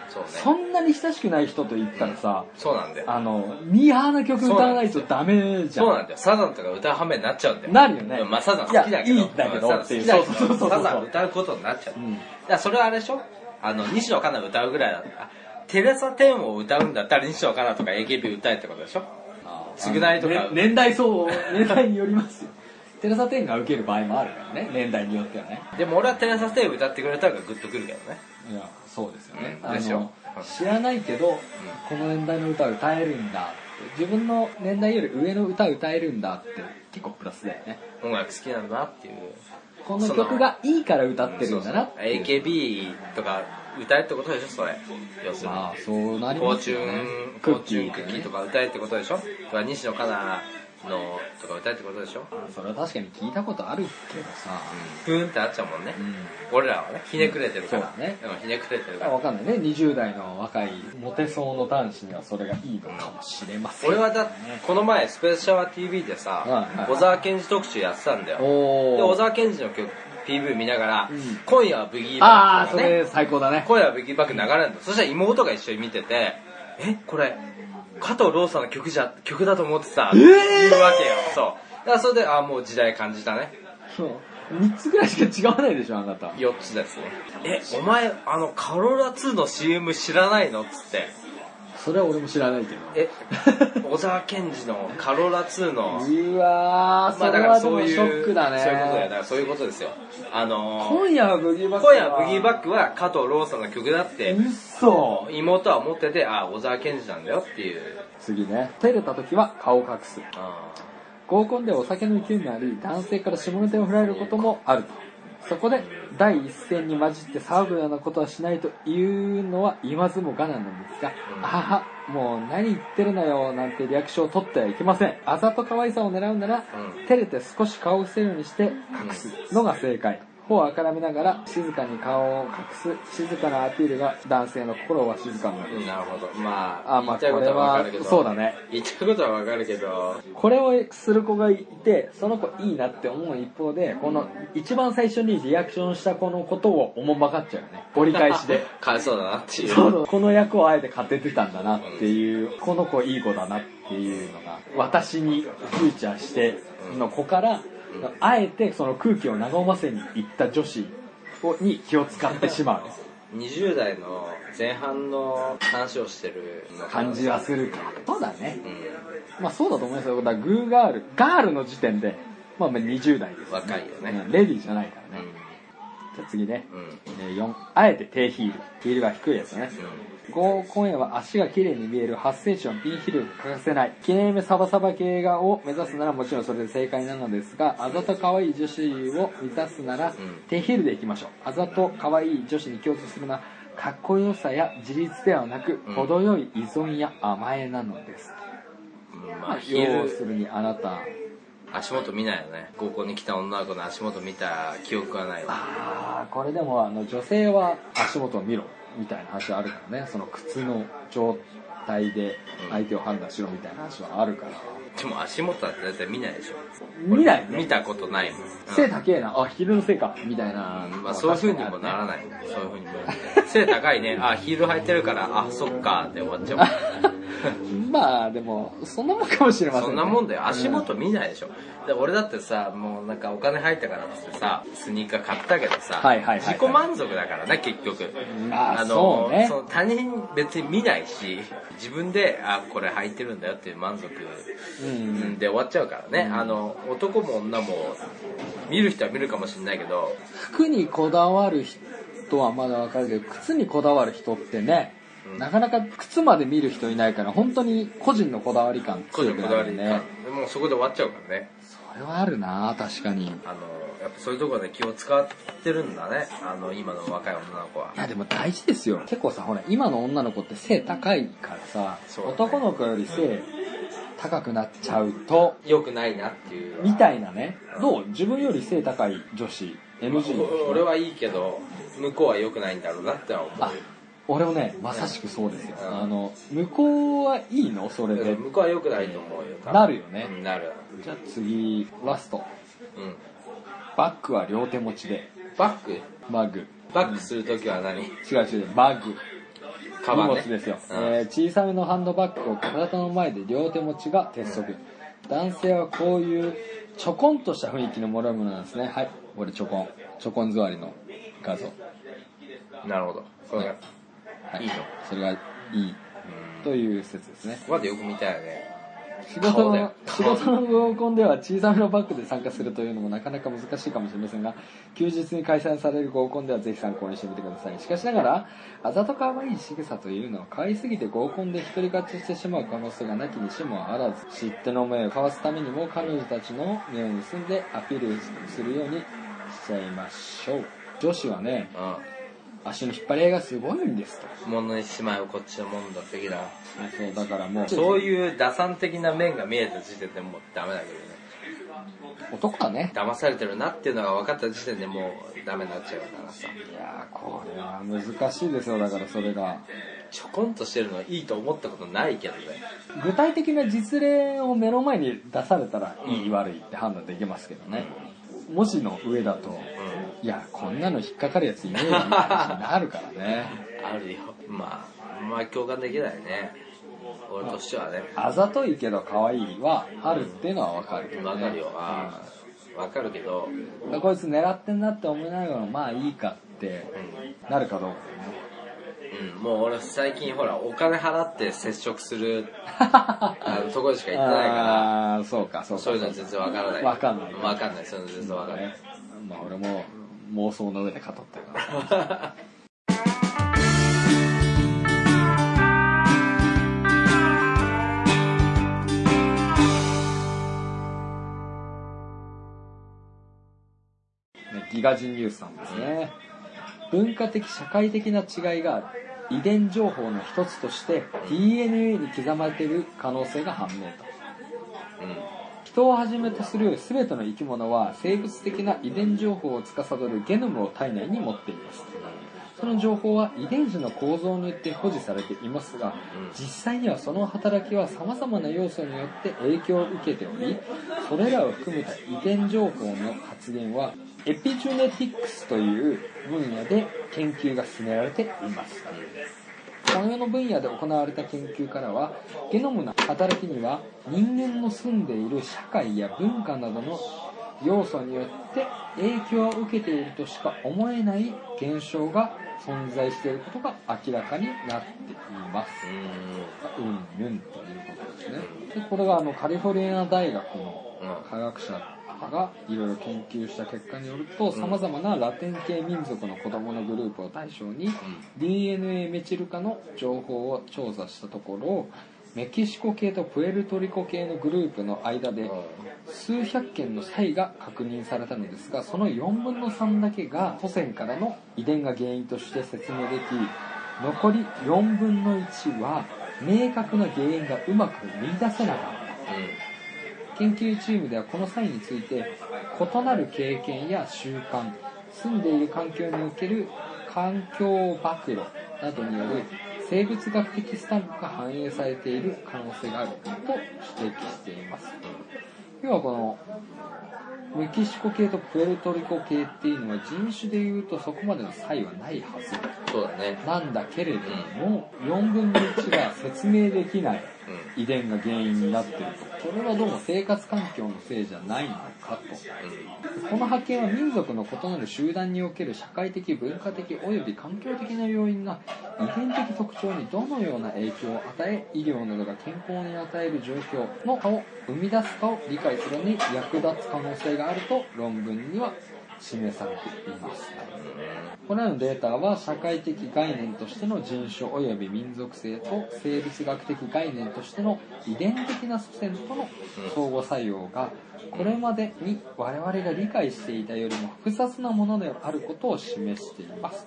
[SPEAKER 2] そうね
[SPEAKER 1] そんなに親しくない人と行ったらさ、
[SPEAKER 2] そうなんだよ
[SPEAKER 1] あのミーハーな曲歌わないとダメじゃん
[SPEAKER 2] そうなんだよサザンとか歌うはめになっちゃうんだよ
[SPEAKER 1] なるよね
[SPEAKER 2] うんまあサザン好きだけど
[SPEAKER 1] いやいいんだけど
[SPEAKER 2] うんサザン好きだ
[SPEAKER 1] っていうそうそ
[SPEAKER 2] け
[SPEAKER 1] うそ
[SPEAKER 2] ど
[SPEAKER 1] うそう
[SPEAKER 2] サザン歌うことになっちゃう
[SPEAKER 1] うん
[SPEAKER 2] だからそれはあれでしょあの西野カナ歌うぐらいだあテレサ・テンを歌うんだったら西野カナとか AKB 歌えってことでしょ償いとか
[SPEAKER 1] ね年代そう年代によりますよテレサ・テンが受ける場合もあるからね年代によってはね
[SPEAKER 2] でも俺はテレサ・テン歌ってくれた方がグッとくるけどね
[SPEAKER 1] いやそうですよね、
[SPEAKER 2] うん
[SPEAKER 1] あの
[SPEAKER 2] ですようん
[SPEAKER 1] 知らないけど、この年代の歌を歌えるんだって自分の年代より上の歌を歌えるんだって結構プラスだよね
[SPEAKER 2] 音楽好きなんだなっていう
[SPEAKER 1] この曲がいいから歌ってるんだなっていう
[SPEAKER 2] AKB とか歌えってことでしょそれ要するに
[SPEAKER 1] まあそうなり
[SPEAKER 2] フォー
[SPEAKER 1] ます
[SPEAKER 2] チュ
[SPEAKER 1] よね
[SPEAKER 2] ン、
[SPEAKER 1] ク
[SPEAKER 2] フォ
[SPEAKER 1] ッ
[SPEAKER 2] ー
[SPEAKER 1] キ
[SPEAKER 2] チュンクッキ
[SPEAKER 1] ー
[SPEAKER 2] ー
[SPEAKER 1] と
[SPEAKER 2] と
[SPEAKER 1] か
[SPEAKER 2] か歌えってことでしょとか西野カナのとか歌えってことでしょ
[SPEAKER 1] それは確かに聞いたことあるけどさ、
[SPEAKER 2] ふーんってなっちゃうもんね。
[SPEAKER 1] うん
[SPEAKER 2] 俺らはね、ひねくれてるから。
[SPEAKER 1] そうだね
[SPEAKER 2] んひねくれてるか
[SPEAKER 1] わ
[SPEAKER 2] ら。
[SPEAKER 1] かんないね20代の若いモテそうの男子にはそれがいいのかもしれません、
[SPEAKER 2] 俺はだこの前、スペースシャワー TV でさ
[SPEAKER 1] はいはい、
[SPEAKER 2] 小沢健二特集やってたんだよ。
[SPEAKER 1] おー
[SPEAKER 2] で、小沢健二の曲、PV 見ながら
[SPEAKER 1] うん、
[SPEAKER 2] 今夜はブギー
[SPEAKER 1] あ
[SPEAKER 2] バ
[SPEAKER 1] あ
[SPEAKER 2] ッ
[SPEAKER 1] そ
[SPEAKER 2] クとかね
[SPEAKER 1] れ最高だね
[SPEAKER 2] 今夜はブギーバック流れるんだ。そしたら妹が一緒に見てて、え、これ、加藤ローさんの曲じゃ、曲だと思ってさ、言うわけよ。そう。だからそれで、ああ、もう時代感じたね。
[SPEAKER 1] 3つぐらいしか違わないでしょあなた
[SPEAKER 2] 4つですねえお前あのカローラ2の CM 知らないのっつって
[SPEAKER 1] それは俺も知らないけど
[SPEAKER 2] え小沢健二のカローラ2の
[SPEAKER 1] うわーそれはでもショックだね、
[SPEAKER 2] そういうことやだからそういうことですよあのー
[SPEAKER 1] 今夜はブギーバック
[SPEAKER 2] 今夜ブギーバ
[SPEAKER 1] ッ
[SPEAKER 2] ックは加藤ローさんの曲だって
[SPEAKER 1] うっそ
[SPEAKER 2] 妹は思っててあ小沢健二なんだよっていう
[SPEAKER 1] 次ね照れた時は顔を隠す
[SPEAKER 2] あ
[SPEAKER 1] 合コンでお酒の勢いもあり男性から下ネタを振られることもあるとそこで第一線に混じって騒ぐようなことはしないというのは言わずもがななんですが、
[SPEAKER 2] うん
[SPEAKER 1] あははもう何言ってるのよなんてリアクションを取ってはいけませんあざと可愛さを狙うなら、
[SPEAKER 2] うん
[SPEAKER 1] 照れて少し顔を伏せるようにして隠すのが正解頬をあからめながら静かに顔を隠す静かなアピールが男性の心をわしづかむ
[SPEAKER 2] ーうんなるほどまあ
[SPEAKER 1] あまあ
[SPEAKER 2] 言いたいことは分かるけど
[SPEAKER 1] これはそうだね
[SPEAKER 2] 言いたいことは分かるけど
[SPEAKER 1] これをする子がいてその子いいなって思う一方でこの一番最初にリアクションした子のことをおもんばかっちゃうよね折り返しで
[SPEAKER 2] かわいそうだなっていう
[SPEAKER 1] そうそうこの役をあえて勝ててたんだなっていうこの子いい子だなっていうのが私にフューチャーしての子からあえてその空気を和ませに行った女子をに気を使ってしまう
[SPEAKER 2] 20代の前半の話をしてる
[SPEAKER 1] 感じはするかそうだね
[SPEAKER 2] うん
[SPEAKER 1] まあそうだと思いますよだからグーガールガールの時点でまあまあ20代です、
[SPEAKER 2] 若いよね
[SPEAKER 1] うんレディーじゃないからね、じゃあ次ね、
[SPEAKER 2] うんうん
[SPEAKER 1] えー4あえて低ヒールヒールが低いやつね、5今夜は足が綺麗に見える8センチの B ヒールが欠かせない記念目サバサバ系画を目指すならもちろんそれで正解なのですがあざと可愛い女子を目指すなら低ヒールでいきましょうあざと可愛い女子に共通するのはかっこよさや自立ではなく
[SPEAKER 2] うん
[SPEAKER 1] 程よい依存や甘えなのです、
[SPEAKER 2] うんま
[SPEAKER 1] ま
[SPEAKER 2] あ
[SPEAKER 1] あ、
[SPEAKER 2] ヒー
[SPEAKER 1] 要
[SPEAKER 2] ル
[SPEAKER 1] するにあなた
[SPEAKER 2] 足元見ないよね高校に来た女の子の足元見た記憶はないわ
[SPEAKER 1] ああこれでもあの女性は足元を見ろみたいな話はあるからねその靴の状態で相手を判断しろみたいな話はあるから
[SPEAKER 2] でも足元は絶対見ないでしょ
[SPEAKER 1] 見ないね
[SPEAKER 2] 俺見たことないもん、
[SPEAKER 1] 背高えなあヒールのせいかみたいな、
[SPEAKER 2] うんまあ、そういうふうにもならないそういうふうにも背高いねあヒール履いてるからあそっかって終わっちゃうもん
[SPEAKER 1] まあでもそんなもんかもしれません、
[SPEAKER 2] そんなもんだよ足元見ないでしょ、で俺だってさもうなんかお金入ったからっつってさスニーカー買ったけどさ、
[SPEAKER 1] はいはいはいはい
[SPEAKER 2] 自己満足だからね結局
[SPEAKER 1] あそうね
[SPEAKER 2] の他人別に見ないし自分であこれ履いてるんだよっていう満足
[SPEAKER 1] うん
[SPEAKER 2] で終わっちゃうからね、あの男も女も見る人は見るかもしれないけど
[SPEAKER 1] 服にこだわる人はまだわかるけど靴にこだわる人ってね、
[SPEAKER 2] うん
[SPEAKER 1] なかなか靴まで見る人いないから本当に個人のこだわり感
[SPEAKER 2] 個人
[SPEAKER 1] 強く
[SPEAKER 2] のこだ
[SPEAKER 1] な
[SPEAKER 2] わ
[SPEAKER 1] る
[SPEAKER 2] り
[SPEAKER 1] ね
[SPEAKER 2] ねもうそこで終わっちゃうからね
[SPEAKER 1] それはあるな確かにい
[SPEAKER 2] あのやっぱそういうところで気を使ってるんだねあの今の若い女の子は
[SPEAKER 1] やでも大事ですよ結構さほら今の女の子って背高いからさ、
[SPEAKER 2] そうだね
[SPEAKER 1] 男の子より背高くなっちゃうと
[SPEAKER 2] 良くないなっていう
[SPEAKER 1] みたいなねどう自分より背高い女子 NG の人
[SPEAKER 2] 俺はいいけど向こうは良くないんだろうなっては思
[SPEAKER 1] あ俺もねまさしくそうですよ、
[SPEAKER 2] うん
[SPEAKER 1] あの向こうはいいのそれ
[SPEAKER 2] う
[SPEAKER 1] で
[SPEAKER 2] 向こうは良くないと思うよ多分
[SPEAKER 1] なるよね
[SPEAKER 2] うんなる
[SPEAKER 1] じゃあ次ラスト
[SPEAKER 2] うん
[SPEAKER 1] バッグは両手持ちで
[SPEAKER 2] バック
[SPEAKER 1] バッグ
[SPEAKER 2] バックするときは何
[SPEAKER 1] 違う違うバッグ
[SPEAKER 2] カバン
[SPEAKER 1] 荷
[SPEAKER 2] ね
[SPEAKER 1] 物ですよ、
[SPEAKER 2] うん
[SPEAKER 1] えー小さめのハンドバッグを体の前で両手持ちが鉄則、男性はこういうちょこんとした雰囲気のもらうものなんですねはいこれちょこんちょこん座りの画像、
[SPEAKER 2] なるほどこれが
[SPEAKER 1] はい
[SPEAKER 2] いの
[SPEAKER 1] それがいいという説ですね
[SPEAKER 2] まだよく見たよね
[SPEAKER 1] 仕事
[SPEAKER 2] 顔だ
[SPEAKER 1] の
[SPEAKER 2] よ
[SPEAKER 1] 仕事の合コンでは小さめのバッグで参加するというのもなかなか難しいかもしれませんが休日に開催される合コンではぜひ参考にしてみてくださいしかしながらあざとかわいい仕草というのは可愛すぎて合コンで独り勝ちしてしまう可能性がなきにしもあらず知っての目を交わすためにも彼女たちの目を盗んでアピールするようにしちゃいましょう女子はね足の引っ張り合いがすごいんですと
[SPEAKER 2] うん物にしまいをこっちのもんだ的な
[SPEAKER 1] そうだからもう
[SPEAKER 2] そういう打算的な面が見えた時点でもうダメだけどね
[SPEAKER 1] 男はね
[SPEAKER 2] 騙されてるなっていうのが分かった時点でもうダメになっちゃうからさ
[SPEAKER 1] いやーこれは難しいですよだからそれが
[SPEAKER 2] ちょこんとしてるのはいいと思ったことないけどね
[SPEAKER 1] 具体的な実例を目の前に出されたらいい、悪いって判断できますけどね文字の上だと
[SPEAKER 2] う
[SPEAKER 1] いやこんなの引っかかるやついねえよみたいな話になるからね
[SPEAKER 2] んあるよまあまあ共感できないね俺としてはね
[SPEAKER 1] あざといけど可愛いはあるっていうのはわかるけど、
[SPEAKER 2] わ
[SPEAKER 1] ね、
[SPEAKER 2] かるよああわかるけど、
[SPEAKER 1] うんこいつ狙ってんなって思いながらまあいいかって
[SPEAKER 2] うん
[SPEAKER 1] なるかどうかね
[SPEAKER 2] うん、もう俺最近ほらお金払って接触するあのところしか行ってないか
[SPEAKER 1] ああーそうかそう
[SPEAKER 2] ら
[SPEAKER 1] か
[SPEAKER 2] そういうの全然わからない
[SPEAKER 1] わかんない
[SPEAKER 2] わかんないそういうの全然わかんない、
[SPEAKER 1] ねまあ俺も妄想の上で語ってるから ねギガジンニュースさんですね文化的社会的な違いがある遺伝情報の一つとして DNA に刻まれている可能性が判明と人をはじめとする全ての生き物は生物的な遺伝情報を司るゲノムを体内に持っていますその情報は遺伝子の構造によって保持されていますが
[SPEAKER 2] うん
[SPEAKER 1] 実際にはその働きは様々な要素によって影響を受けておりそれらを含めた遺伝情報の発現はエピジェネティクスという分野で研究が進められていますこの世の分野で行われた研究からはゲノムの働きには人間の住んでいる社会や文化などの要素によって影響を受けているとしか思えない現象が存在していることが明らかになっています。うん、うんということですね。で、これがあのカリフォルニア大学の科学者がいろいろ研究した結果によると、様々なラテン系民族の子供のグループを対象に、DNA メチル化の情報を調査したところ、メキシコ系とプエルトリコ系のグループの間で数百件の差異が確認されたのですがその4分の3だけが祖先からの遺伝が原因として説明でき残り4分の1は明確な原因がうまく見出せなかった研究チームではこの際について異なる経験や習慣住んでいる環境における環境暴露などによる生物学的スタンプが反映されている可能性があると指摘しています要はこのメキシコ系とプエルトリコ系っていうのは人種でいうとそこまでの差異はないはず
[SPEAKER 2] そうだね
[SPEAKER 1] なんだけれども、4分の1が説明できない遺伝が原因になっていると。これはどうも生活環境のせいじゃないのかと。この発見は民族の異なる集団における社会的、文化的及び環境的な要因が遺伝的特徴にどのような影響を与え、医療などが健康に与える状況の差を生み出すかを理解するのに役立つ可能性があると論文には示されています。これらのデータは社会的概念としての人種及び民族性と生物学的概念としての遺伝的な祖先との相互作用がこれまでに我々が理解していたよりも複雑なものであることを示しています。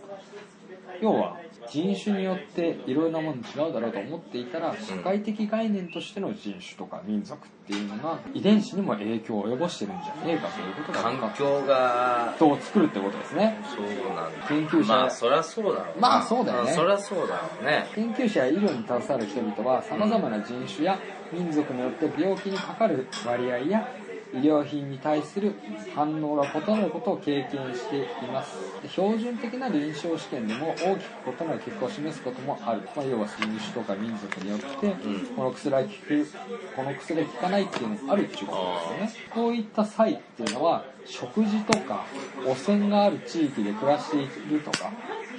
[SPEAKER 1] 要は人種によっていろいろなもの違うだろうと思っていたら社会的概念としての人種とか民族っていうのが遺伝子にも影響を及ぼしてるんじゃねえかということが分か
[SPEAKER 2] 環
[SPEAKER 1] った
[SPEAKER 2] 境が
[SPEAKER 1] 人を作るってことですね。
[SPEAKER 2] そうなんだ
[SPEAKER 1] 研究者
[SPEAKER 2] まあそりゃそうだろうな
[SPEAKER 1] まあそうだよね
[SPEAKER 2] んそりゃそうだろうね
[SPEAKER 1] 研究者や医療に携わる人々は様々な人種や民族によって病気にかかる割合や医療品に対する反応が異なることを経験していますで標準的な臨床試験でも大きく異なる結果を示すこともある、まあ、要は人種とか民族によって、この薬は効くこの薬は効かないっていうのもあるっていうことですよねこういった際っていうのは食事とか汚染がある地域で暮らしているとか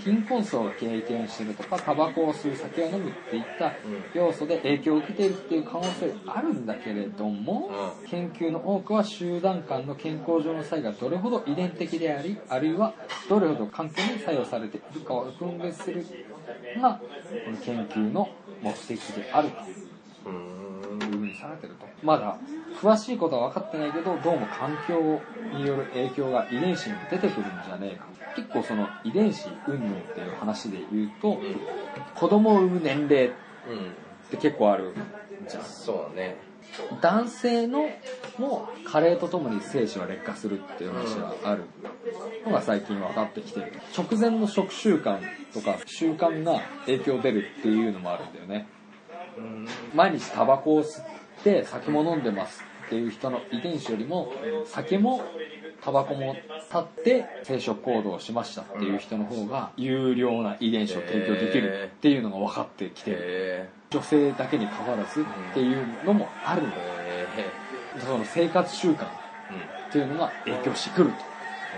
[SPEAKER 1] 貧困層を経験してるとかタバコを吸う酒を飲むっていった要素で影響を受けているっていう可能性あるんだけれども研究の多くは集団間の健康上の差異がどれほど遺伝的でありあるいはどれほど環境に作用されているかを分別するのがこの研究の目的である
[SPEAKER 2] うーん
[SPEAKER 1] というふうにされてるとまだ詳しいことは分かってないけどどうも環境による影響が遺伝子にも出てくるんじゃねえか結構その遺伝子云々っていう話で言うと子供を産む年齢っ
[SPEAKER 2] うん
[SPEAKER 1] て結構あるじゃん
[SPEAKER 2] そうだね
[SPEAKER 1] 男性のも加齢とともに精子は劣化するっていう話があるのが最近分かってきてる直前の食習慣とか習慣が影響出るっていうのもあるんだよね
[SPEAKER 2] うん
[SPEAKER 1] 毎日タバコを吸って酒も飲んでますっていう人の遺伝子よりも酒もタバコも立って生殖行動をしましたっていう人の方が有料な遺伝子を提供できるっていうのが分かってきてる
[SPEAKER 2] へ
[SPEAKER 1] 女性だけにかかわらずっていうのもあるんだ
[SPEAKER 2] え
[SPEAKER 1] よ
[SPEAKER 2] へ
[SPEAKER 1] その生活習慣っていうのが影響してくると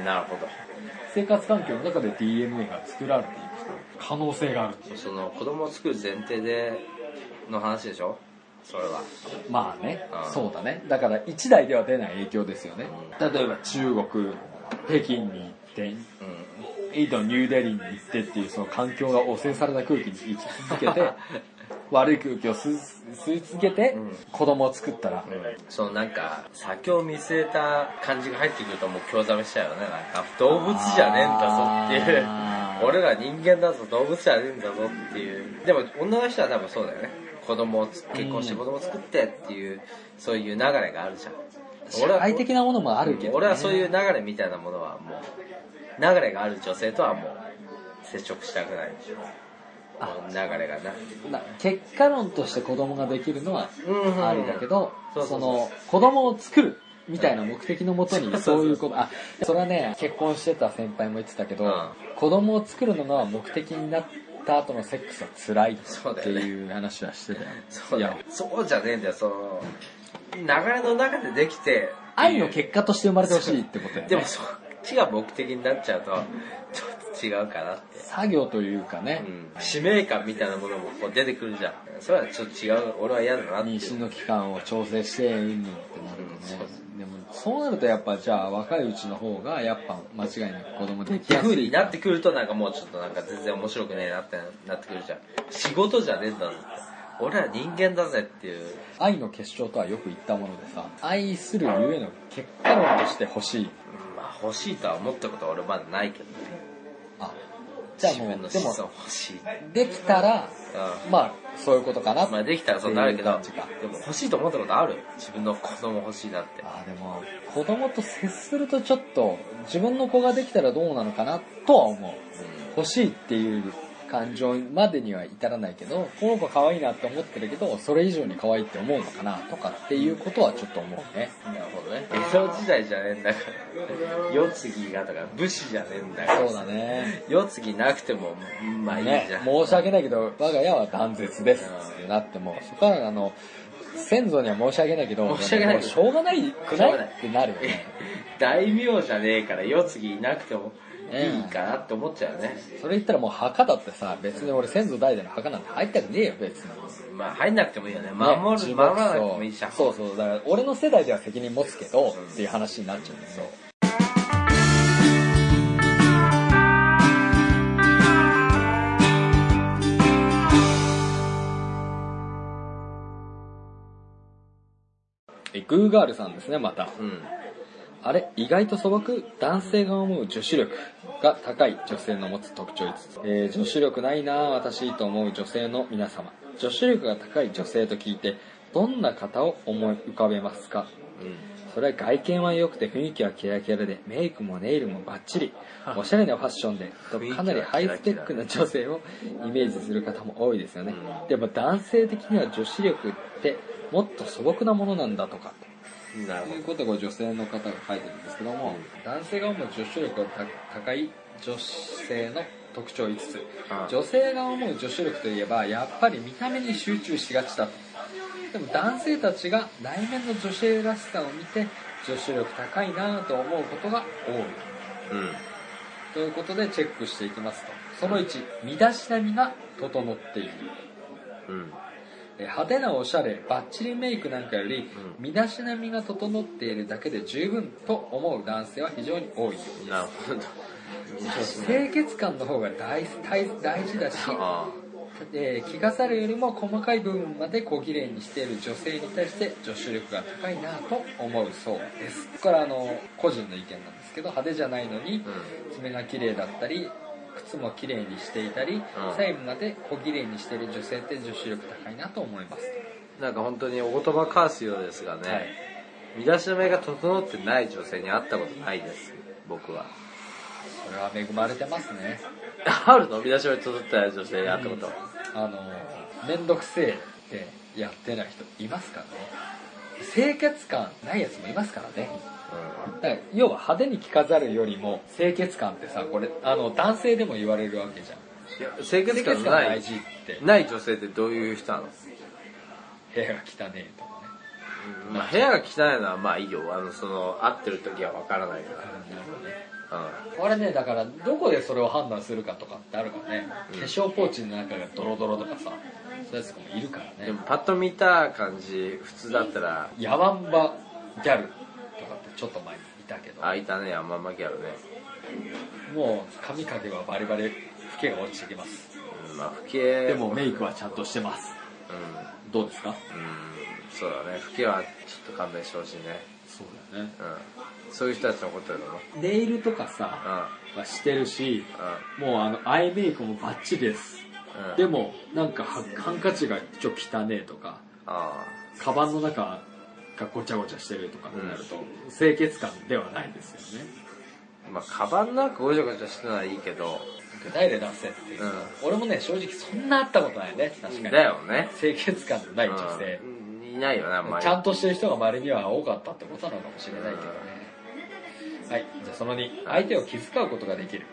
[SPEAKER 2] えなるほど
[SPEAKER 1] 生活環境の中で DNA が作られていく可能性がある
[SPEAKER 2] その子供を作る前提での話でしょそれは
[SPEAKER 1] まあね
[SPEAKER 2] うん
[SPEAKER 1] そうだねだから1台では出ない影響ですよね例えば中国北京に行って
[SPEAKER 2] うん
[SPEAKER 1] インドニューデリーに行ってっていうその環境が汚染された空気に行き続け て悪い空気を吸い吸い続けて
[SPEAKER 2] うん
[SPEAKER 1] 子供を作ったら、
[SPEAKER 2] そのなんか先を見据えた感じが入ってくるともう興ざめしたよねなんか動物じゃねえんだぞ
[SPEAKER 1] あ
[SPEAKER 2] ってい
[SPEAKER 1] ー
[SPEAKER 2] う俺ら人間だぞ動物じゃねえんだぞっていうでも女の人は多分そうだよね子供をつ結婚して子供を作ってっていうそういう流れがあるじゃん俺
[SPEAKER 1] 社
[SPEAKER 2] は
[SPEAKER 1] 会的なものもあるけど、
[SPEAKER 2] 俺はそういう流れみたいなものはもう流れがある女性とはもう接触したくないもう流れがな
[SPEAKER 1] まあ結果論として子供ができるのは
[SPEAKER 2] うんうん
[SPEAKER 1] ありだけど、
[SPEAKER 2] そうそ
[SPEAKER 1] そう
[SPEAKER 2] そう
[SPEAKER 1] の子供を作るみたいな目的のもと にそういうことあそれはね結婚してた先輩も言ってたけど、
[SPEAKER 2] うん
[SPEAKER 1] 子供を作るのが目的になった後のセックスは辛いっていう話はしてたよ
[SPEAKER 2] そうだよ
[SPEAKER 1] いや
[SPEAKER 2] そうじゃねえんだよその流れの中でできて
[SPEAKER 1] 愛の結果として生まれてほしいってことだよね
[SPEAKER 2] でもそっちが目的になっちゃうとちょっと違うかなって、
[SPEAKER 1] 作業というかね
[SPEAKER 2] う、ん、使命感みたいなものもこう出てくるじゃんそれはちょっと違う俺は嫌だなって
[SPEAKER 1] 妊
[SPEAKER 2] いう
[SPEAKER 1] 娠の期間を調整してうんぬんってなる
[SPEAKER 2] うん
[SPEAKER 1] と
[SPEAKER 2] そう
[SPEAKER 1] ねで
[SPEAKER 2] で、
[SPEAKER 1] もそうなるとやっぱじゃあ若いうちの方がやっぱ間違いなく子供で
[SPEAKER 2] っ
[SPEAKER 1] き
[SPEAKER 2] ていう
[SPEAKER 1] やす
[SPEAKER 2] 風
[SPEAKER 1] い
[SPEAKER 2] になってくるとなんかもうちょっとなんか全然面白くねえなってなってくるじゃん仕事じゃねえんだぞって俺ら人間だぜっていう
[SPEAKER 1] 愛の結晶とはよく言ったものでさ愛するゆえの結果論として欲しい
[SPEAKER 2] うんまあ欲しいとは思ったことは俺まだないけどね
[SPEAKER 1] あじゃあ
[SPEAKER 2] 自
[SPEAKER 1] も
[SPEAKER 2] 分の
[SPEAKER 1] うで
[SPEAKER 2] 子
[SPEAKER 1] も
[SPEAKER 2] 孫欲しい
[SPEAKER 1] できたら
[SPEAKER 2] う
[SPEAKER 1] まあそういうことかな、
[SPEAKER 2] んまあできたらそうなるけど
[SPEAKER 1] っていう感じか
[SPEAKER 2] でも欲しいと思ったことある自分の子供欲しいなって
[SPEAKER 1] あーでも子供と接するとちょっと自分の子ができたらどうなのかなとは思う欲しいっていう感情までには至らないけどこの子可愛いなって思ってるけどそれ以上に可愛いって思うのかなとかっていうことはちょっと思うね
[SPEAKER 2] なるほどね江戸時代じゃねえんだから世継ぎがとか武士じゃねえんだから
[SPEAKER 1] そうだね
[SPEAKER 2] 世継ぎなくてもまあいいじ
[SPEAKER 1] ね
[SPEAKER 2] ゃん、
[SPEAKER 1] 申し訳ないけど我が家は断絶ですってなってもそこからあの先祖には申し訳ないけど
[SPEAKER 2] 申し訳ない
[SPEAKER 1] もうしょうがないくないってなるよね
[SPEAKER 2] 大名じゃねえから世継ぎいなくてもいいかなって思っちゃうね、
[SPEAKER 1] それ言ったらもう墓だってさ別に俺先祖代々の墓なんて入ったくねえよ別に
[SPEAKER 2] まあ入んなくてもいいよね守る、
[SPEAKER 1] ね
[SPEAKER 2] 守らなくてもいいじゃん
[SPEAKER 1] そうそうだから俺の世代では責任持つけどっていう話になっちゃうんですよえグーガールさんですねまた
[SPEAKER 2] うん
[SPEAKER 1] あれ意外と素朴男性が思う女子力が高い女性の持つ特徴5つ、えー女子力ないなぁ私と思う女性の皆様女子力が高い女性と聞いてどんな方を思い浮かべますかそれは外見は良くて雰囲気はキラキラでメイクもネイルもバッチリおしゃれなファッションでと
[SPEAKER 2] 雰囲気は
[SPEAKER 1] かなりハイスペックな女性をイメージする方も多いですよねでも男性的には女子力ってもっと素朴なものなんだとか
[SPEAKER 2] うんなる
[SPEAKER 1] と
[SPEAKER 2] ほ
[SPEAKER 1] いうことを女性の方が書いてるんですけども、男性が思う女子力が高い女性の特徴5つ、
[SPEAKER 2] うん
[SPEAKER 1] 女性が思う女子力といえばやっぱり見た目に集中しがちだとでも男性たちが内面の女性らしさを見て女子力高いなぁと思うことが多い
[SPEAKER 2] どうん
[SPEAKER 1] ということでチェックしていきますとその1身だしなみが整っている
[SPEAKER 2] うん
[SPEAKER 1] えー派手なおしゃれバッチリメイクなんかより
[SPEAKER 2] う
[SPEAKER 1] 身だしなみが整っているだけで十分と思う男性は非常に多いようです
[SPEAKER 2] なるほど
[SPEAKER 1] 清潔感の方が大大大事だし、
[SPEAKER 2] あ
[SPEAKER 1] えー着飾るよりも細かい部分まで小綺麗にしている女性に対して女子力が高いなぁと思うそうですここからあの個人の意見なんですけど派手じゃないのに
[SPEAKER 2] あ
[SPEAKER 1] 爪が綺麗だったり靴も綺麗にしていたり、細部まで小綺麗にしている女性って女子力高いなと思います
[SPEAKER 2] うんなんか本当にお言葉返すようですがね、
[SPEAKER 1] はい
[SPEAKER 2] 身だしなみが整ってない女性に会ったことないです僕は
[SPEAKER 1] それは恵まれてますね
[SPEAKER 2] あるの身だしなみ整ってない女性に会ったこと、
[SPEAKER 1] あの面倒くせえってやってない人いますからね清潔感ないやつもいますからねだから要は派手に着飾るよりも清潔感ってさこれあの男性でも言われるわけじゃん
[SPEAKER 2] いや清
[SPEAKER 1] 清
[SPEAKER 2] 潔
[SPEAKER 1] 潔感
[SPEAKER 2] 感のない
[SPEAKER 1] 大事って
[SPEAKER 2] ない女性ってどういう人なの
[SPEAKER 1] 部屋が汚ねえとかね
[SPEAKER 2] まあ、部屋が汚いのはまあいいよあのその会ってる時はわからないか
[SPEAKER 1] な
[SPEAKER 2] ら、うん、
[SPEAKER 1] これねだからどこでそれを判断するかとかってあるからね、化粧ポーチの中がドロドロとかさそういうやつとかもいるからね
[SPEAKER 2] でもパッと見た感じ普通だったら
[SPEAKER 1] ヤマンバギャルとかってちょっと前にいたけど
[SPEAKER 2] あいたねあんま負けやろね、
[SPEAKER 1] もう髪かけばバリバリ老けが落ちてきます
[SPEAKER 2] うん、まあ不敬
[SPEAKER 1] でもメイクはちゃんとしてます
[SPEAKER 2] う
[SPEAKER 1] どうですか
[SPEAKER 2] ん、うん、そうだね不敬はちょっと勘弁してほしいね
[SPEAKER 1] そうだよね
[SPEAKER 2] うんそういう人たちのことだろ
[SPEAKER 1] ネイルとかさ
[SPEAKER 2] うん
[SPEAKER 1] はしてるし
[SPEAKER 2] う
[SPEAKER 1] もうあのアイメイクもバッチリです
[SPEAKER 2] んうん
[SPEAKER 1] でもなんかはハンカチがちょっと汚ねえとか
[SPEAKER 2] あ
[SPEAKER 1] カバンの中がごちゃごちゃしてるとかになると清潔感ではないですよね
[SPEAKER 2] あまあカバンなんかごちゃごちゃしてるのはいいけど
[SPEAKER 1] 具体例出せっていう
[SPEAKER 2] うん
[SPEAKER 1] 俺もね正直そんなあったことないね確かに
[SPEAKER 2] だよね
[SPEAKER 1] 清潔感のない女性
[SPEAKER 2] うんいないよねあんまり
[SPEAKER 1] ちゃんとしてる人が周りには多かったってことなのかもしれないけどねはいじゃあその2相手を気遣うことができる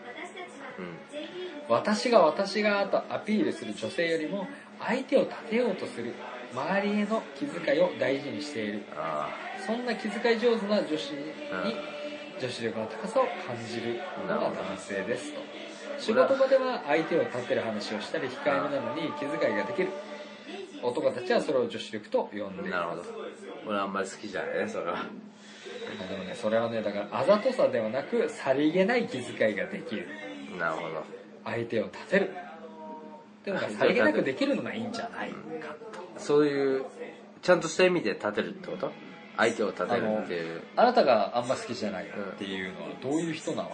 [SPEAKER 2] うん
[SPEAKER 1] 私が私がとアピールする女性よりも相手を立てようとする周りへの気遣いを大事にしている
[SPEAKER 2] あ
[SPEAKER 1] そんな気遣い上手な女子に
[SPEAKER 2] うん
[SPEAKER 1] 女子力の高さを感じるのが男性ですと仕
[SPEAKER 2] なるほ
[SPEAKER 1] 事場では相手を立てる話をしたり控えめなのに気遣いができる男たちはそれを女子力と呼ん
[SPEAKER 2] あ
[SPEAKER 1] でい
[SPEAKER 2] なる
[SPEAKER 1] ま
[SPEAKER 2] ほ
[SPEAKER 1] す
[SPEAKER 2] ど俺あんまり好きじゃないねそれは
[SPEAKER 1] でもねそれはねだからあざとさではなくさりげない気遣いができる
[SPEAKER 2] なるほど
[SPEAKER 1] 相手を立てるでもなんかさりげなくできるのがいいんじゃないか
[SPEAKER 2] そういうちゃんとした意味で立てるってこと相手を立てるっていう
[SPEAKER 1] あなたがあんま好きじゃないっていうのはどういう人なわ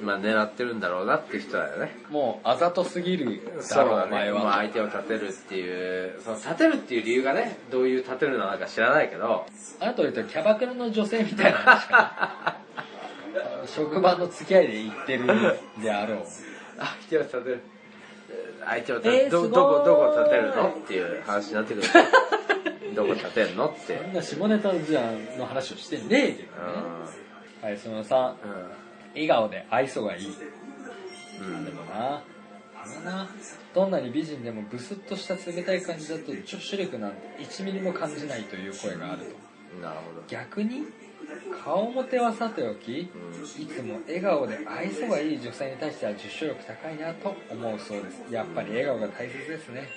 [SPEAKER 2] まあ狙ってるんだろうなって人だよね
[SPEAKER 1] けもうあざとすぎるだ
[SPEAKER 2] そう
[SPEAKER 1] ろ
[SPEAKER 2] だ
[SPEAKER 1] お
[SPEAKER 2] ね
[SPEAKER 1] 前
[SPEAKER 2] まあ
[SPEAKER 1] は
[SPEAKER 2] 相手を立てるっていうその立てるっていう理由がねどういう立てるのなのか知らないけど
[SPEAKER 1] あなたを言うとキャバクラの女性みたいな話かな職場の付き合いで言ってるであろう
[SPEAKER 2] 相手を立てる相手を立
[SPEAKER 1] え
[SPEAKER 2] て
[SPEAKER 1] ー
[SPEAKER 2] るど
[SPEAKER 1] すごい
[SPEAKER 2] どこどこ立てるのっていう話に なってくるどこ立てるのって
[SPEAKER 1] そんな下ネタじゃんの話をしてねえけどね
[SPEAKER 2] う
[SPEAKER 1] はいその3
[SPEAKER 2] ん
[SPEAKER 1] 笑顔で愛想がいい
[SPEAKER 2] うんうん
[SPEAKER 1] でもなあれだなどんなに美人でもブスッとした冷たい感じだと女子力なんて1ミリも感じないという声があると
[SPEAKER 2] なるほど
[SPEAKER 1] 逆に顔もてはさておき、いつも笑顔で愛想がいい女性に対しては女子力高いなと思うそうですやっぱり笑顔が大切ですね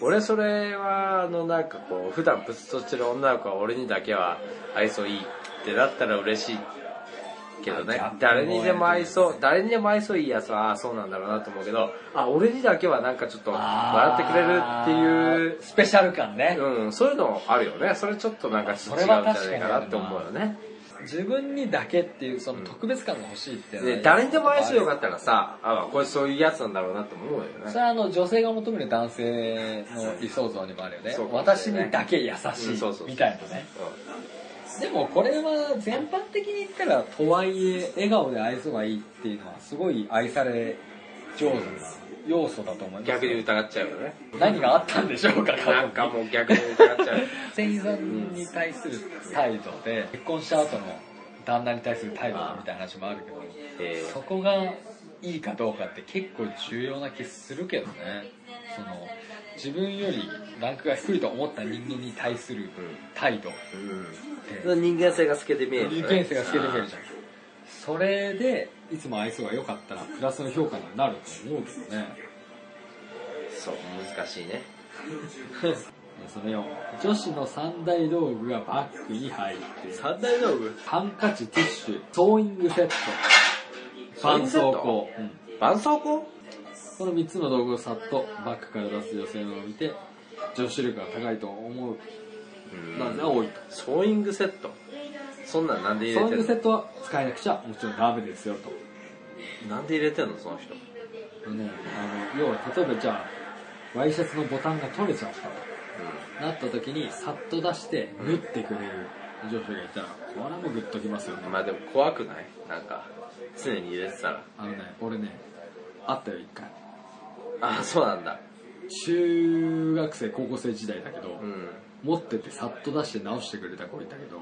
[SPEAKER 2] 俺それはあのなんかこう普段プスとしてる女の子は俺にだけは愛想いいってなったら嬉しいけどね
[SPEAKER 1] あギャップ萌え
[SPEAKER 2] 誰にでも愛想誰にでも愛想いいやつはああそうなんだろうなと思うけどあ俺にだけはなんかちょっと笑ってくれるっていう
[SPEAKER 1] あースペシャル感ね、
[SPEAKER 2] うん、そういうのあるよねそれちょっとなんかちょっと違うんじゃないかなって思うよね
[SPEAKER 1] 自分にだけっていうその特別感が欲しいっていうのは
[SPEAKER 2] で誰にでも愛想よかったらさあこれそういうやつなんだろうなって思うよ
[SPEAKER 1] そ
[SPEAKER 2] ね
[SPEAKER 1] れはあの女性が求める男性の理想像にもあるよね
[SPEAKER 2] そうかもし
[SPEAKER 1] 私
[SPEAKER 2] れない
[SPEAKER 1] にだけ優し
[SPEAKER 2] うん
[SPEAKER 1] い
[SPEAKER 2] そうそうそう
[SPEAKER 1] みたいなねでもこれは全般的に言ったらとはいえ笑顔で愛想がいいっていうのはすごい愛され上手な要素だと思い
[SPEAKER 2] うん
[SPEAKER 1] ます
[SPEAKER 2] 逆に疑っちゃうよね
[SPEAKER 1] 何があったんでしょうか過去に
[SPEAKER 2] なんかもう逆に疑っちゃ う
[SPEAKER 1] 生存に対する態度で結婚した後の旦那に対する態度みたいな話もあるけど
[SPEAKER 2] えー
[SPEAKER 1] そこがいいかどうかって結構重要な気するけどねその自分よりランクが低いと思った人間に対する態度
[SPEAKER 2] うん、人間性が透けて見える、
[SPEAKER 1] 人間性が透けて見えるじゃんそれでいつも愛想が良かったらプラスの評価になると思うけどね
[SPEAKER 2] そう難しいね
[SPEAKER 1] それを女子の三大道具がバッグに入っている
[SPEAKER 2] 三大道具
[SPEAKER 1] ハンカチティッシュソーイングセット絆創膏、うん
[SPEAKER 2] 絆創膏
[SPEAKER 1] この3つの道具をさっとバッグから出す女性のを見て女子力が高いと思う男性が多いと
[SPEAKER 2] ソーイングセットそんなんなんで
[SPEAKER 1] ソ
[SPEAKER 2] 入
[SPEAKER 1] ー
[SPEAKER 2] れ
[SPEAKER 1] イング
[SPEAKER 2] てん
[SPEAKER 1] セットは使えなくちゃもちろんダメですよと
[SPEAKER 2] のなんで入れてんのその人
[SPEAKER 1] でね、あの要は例えばじゃあワイシャツのボタンが取れちゃったとなった時にさっと出して縫ってくれる女性がいたらこれはもうグッときますよね
[SPEAKER 2] うんまあでも怖くないなんか常に入れてたら
[SPEAKER 1] あのね俺ねあったよ一回
[SPEAKER 2] あそうなんだ
[SPEAKER 1] 中学生高校生時代だけど、
[SPEAKER 2] うん、うん、
[SPEAKER 1] 持っててさっと出して直してくれた子いたけど、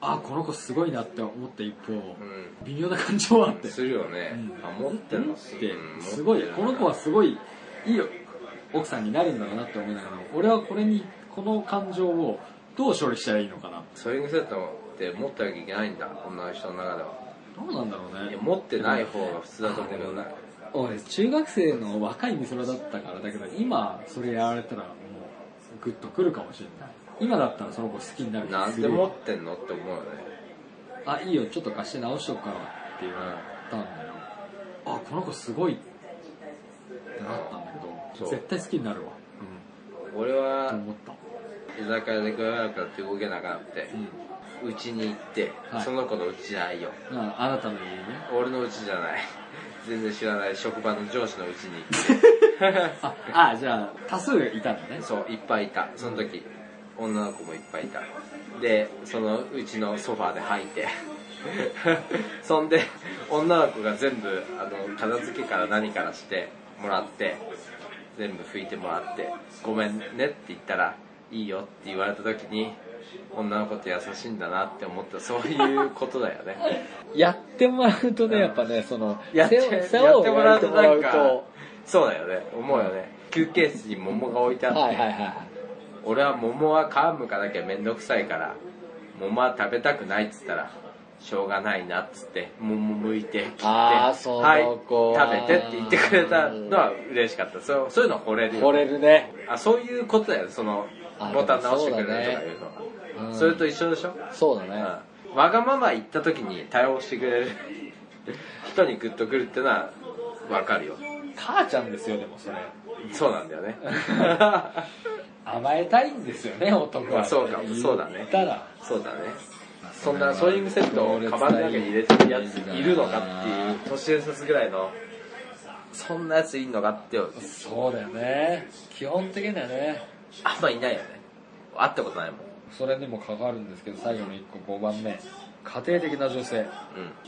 [SPEAKER 1] あこの子すごいなって思った一方、
[SPEAKER 2] う
[SPEAKER 1] 微妙な感情はあって、
[SPEAKER 2] するよね、
[SPEAKER 1] うん
[SPEAKER 2] あ持ってんのす
[SPEAKER 1] で、すごいこの子はすごいいいよ奥さんになるんだろうなって思いながら俺はこれにこの感情をどう処理したらいいのかな
[SPEAKER 2] ソーイングセットって持ってなきゃいけないんだ女の人の中では
[SPEAKER 1] どうなんだろう
[SPEAKER 2] い
[SPEAKER 1] ね
[SPEAKER 2] や持ってない方が普通だと思うけどね
[SPEAKER 1] 俺中学生の若い美空だったからだけど今それやられたらもうグッとくるかもしれない今だったらその子好きになる気が
[SPEAKER 2] な
[SPEAKER 1] する
[SPEAKER 2] んで持ってんのって思うよね
[SPEAKER 1] あいいよちょっと貸して直しとくからって言われたんだよあこの子すごいってなったんだけ
[SPEAKER 2] そ
[SPEAKER 1] ど
[SPEAKER 2] う
[SPEAKER 1] 絶対好きになるわ
[SPEAKER 2] 俺
[SPEAKER 1] と
[SPEAKER 2] は
[SPEAKER 1] 思った
[SPEAKER 2] 居酒屋で具合悪くなって動けなくなって
[SPEAKER 1] うん
[SPEAKER 2] うち、に行って、
[SPEAKER 1] はい
[SPEAKER 2] その子のうちじゃないよ
[SPEAKER 1] ああなたの家に ね
[SPEAKER 2] 俺のうちじゃない全然知らない職場の上司のうちに
[SPEAKER 1] ああじゃあ多数いたんだね
[SPEAKER 2] そういっぱいいたその時女の子もいっぱいいたでそのうちのソファーで吐いて そんで女の子が全部あの片付けから何からしてもらって全部拭いてもらって「ごめんね」って言ったら「いいよ」って言われた時に女の子って優しいんだなって思ったそういうことだよ ね
[SPEAKER 1] やってもらうと
[SPEAKER 2] ねやっぱ
[SPEAKER 1] ねその
[SPEAKER 2] やってやってもらうとなんかそうだよね思うよね休憩室に桃が置いてあって、
[SPEAKER 1] はいはい
[SPEAKER 2] 俺は桃は皮むかなきゃめんどくさいから桃は食べたくないっつったらしょうがないなっつって桃むいて切って
[SPEAKER 4] あーそ
[SPEAKER 2] はい
[SPEAKER 4] の子は
[SPEAKER 2] 食べてって言ってくれたのは嬉しかったそうそういうの惚れるよ
[SPEAKER 4] 惚れるね
[SPEAKER 2] あそういうことだよその
[SPEAKER 4] あ
[SPEAKER 2] ボタン直してくれるとかいうのはそ,、
[SPEAKER 4] うん
[SPEAKER 2] れと一緒でしょ、
[SPEAKER 4] そうだ
[SPEAKER 2] うん
[SPEAKER 4] ね、
[SPEAKER 2] わがまま言った時に対応してくれる 人にグッとくるってのはわかるよ
[SPEAKER 1] 母ちゃんですよでもそれ
[SPEAKER 2] そうなんだよね
[SPEAKER 1] 甘えたいんですよね男
[SPEAKER 2] まあ
[SPEAKER 1] は
[SPEAKER 2] そうかそうだね
[SPEAKER 1] 言ったら
[SPEAKER 2] そうだねそんなソーイングセットをカバンの中に入れてるやついるのかっていう年上卒ぐらいのそんなやついんのかって
[SPEAKER 1] そうだよね基本的にはね
[SPEAKER 2] あんまいないよね会ったことないもん
[SPEAKER 1] それにも関わるんですけど最後の1個5番目家庭的な女性
[SPEAKER 2] うん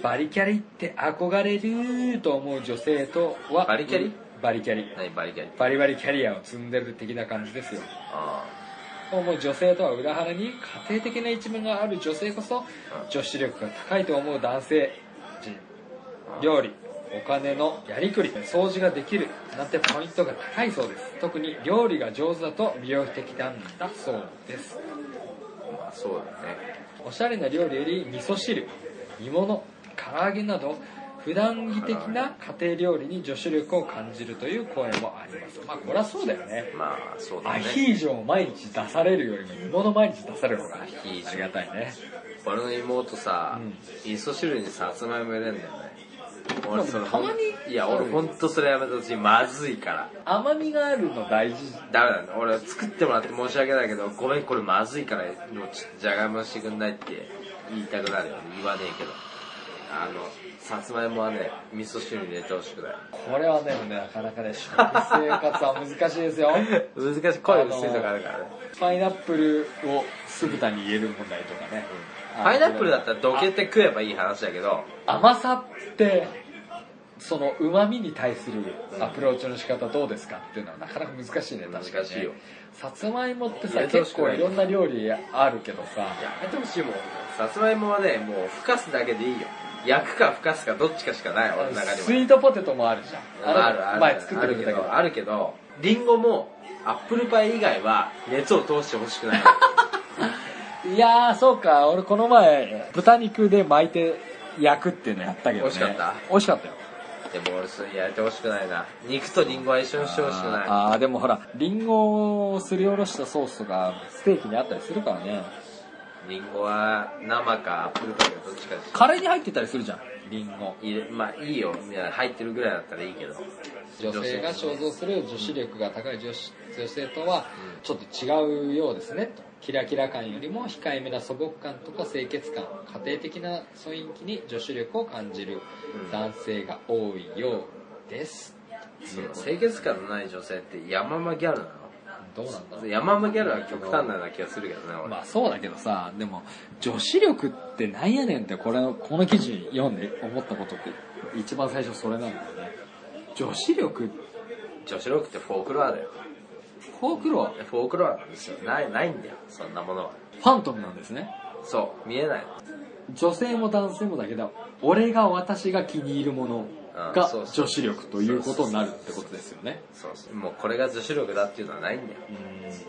[SPEAKER 1] バリキャリって憧れると思う女性とは
[SPEAKER 2] バリキャリ
[SPEAKER 1] バリキャリ
[SPEAKER 2] 何バリキャリ
[SPEAKER 1] バリバリキャリアを積んでる的な感じですよ
[SPEAKER 2] あ
[SPEAKER 1] もう女性とは裏腹に家庭的な一面がある女性こそ女子力が高いと思う男性陣料理お金のやりくり掃除ができるなんてポイントが高いそうです特に料理が上手だと魅力的なんだそうです
[SPEAKER 2] あまあそうだね
[SPEAKER 1] おしゃれな料理より味噌汁煮物唐揚げなど普段着的な家庭料理に女子力を感じるという声もありますまあこれはそうだよね
[SPEAKER 2] まあそうだ
[SPEAKER 1] ア
[SPEAKER 2] ね
[SPEAKER 1] ヒージョを毎日出されるよりも煮物毎日出される方があ
[SPEAKER 2] ヒージョ
[SPEAKER 1] りがたいね
[SPEAKER 2] 俺の妹さ、
[SPEAKER 1] うん
[SPEAKER 2] 味噌汁にさつまいも入れんだよね
[SPEAKER 1] ま
[SPEAKER 2] 俺
[SPEAKER 1] あ
[SPEAKER 2] それ
[SPEAKER 1] たまに
[SPEAKER 2] いや俺本当それやめたうちにまずいから
[SPEAKER 1] 甘みがあるの大事
[SPEAKER 2] ダメなんだ俺作ってもらって申し訳ないけどごめんこれまずいからもうちょっとじゃがいもしてくんないって言いたくなるよね言わねえけどあのさつまいもはね味噌汁に入れてほしくない
[SPEAKER 1] これはねなかなかね食生活は難しい ですよ
[SPEAKER 2] 難しい声薄いとかあるからね
[SPEAKER 1] パイナップルを酢豚に入れる問題とかね
[SPEAKER 2] パイナップルだったらどけて食えばいい話だけど
[SPEAKER 1] 甘さってそのうまみに対するアプローチの仕方どうですかっていうのはなかなか難しいね確かにね
[SPEAKER 2] 難しいよ
[SPEAKER 1] さつまいもって
[SPEAKER 2] い
[SPEAKER 1] さ
[SPEAKER 2] やどう
[SPEAKER 1] 結
[SPEAKER 2] しよう
[SPEAKER 1] 構
[SPEAKER 2] もない
[SPEAKER 1] いろんな料理あるけどさ
[SPEAKER 2] やめてほしいもんさつまいもはねもうふかすだけでいいよ焼くかふかすかどっちかしかない俺の中には
[SPEAKER 1] スイートポテトもあるじゃん
[SPEAKER 2] あるある
[SPEAKER 1] 前作ってくれたけど
[SPEAKER 2] あるけどリンゴもアップルパイ以外は熱を通してほしくない
[SPEAKER 1] いやーそうか俺この前豚肉で巻いて焼くっていうのやったけどね
[SPEAKER 2] 美味しかった
[SPEAKER 1] 美味しかったよ
[SPEAKER 2] でも俺それやれてほしくないな肉とリンゴは一緒にしてほしくない
[SPEAKER 1] あーでもほらリンゴをすりおろしたソースとかステーキにあったりするからね
[SPEAKER 2] リンゴは生かアップルパイかどっちかに
[SPEAKER 1] カレーに入ってたりするじゃんリンゴ
[SPEAKER 2] 入れまあいいよいや入ってるぐらいだったらいいけど
[SPEAKER 1] 女性が肖像する女子力が高い女子女性とはちょっと違うようですねとキラキラ感よりも控えめな素朴感とか清潔感家庭的な雰囲気に女子力を感じる
[SPEAKER 2] うん
[SPEAKER 1] 男性が多いようです
[SPEAKER 2] その清潔感のない女性って山間ギャルな
[SPEAKER 1] どうなんだろ
[SPEAKER 2] の山間ギャルは極端なような気がするけどね
[SPEAKER 1] う
[SPEAKER 2] 俺、
[SPEAKER 1] まあそうだけどさでも女子力ってなんやねんってこれのこの記事読んで思ったことって一番最初それなんだよね女子力
[SPEAKER 2] 女子力ってフォークロアだよ
[SPEAKER 1] フォークロア
[SPEAKER 2] フォークロアなんですよないないんだよそんなものは
[SPEAKER 1] ファントムなんですね
[SPEAKER 2] そう見えない
[SPEAKER 1] 女性も男性もだけど俺が私が気に入るもの
[SPEAKER 2] うん
[SPEAKER 1] が
[SPEAKER 2] そうそ
[SPEAKER 1] 女
[SPEAKER 2] う
[SPEAKER 1] 子力ということになるってことですよね
[SPEAKER 2] そうそうもうこれが女子力だっていうのはないんだよ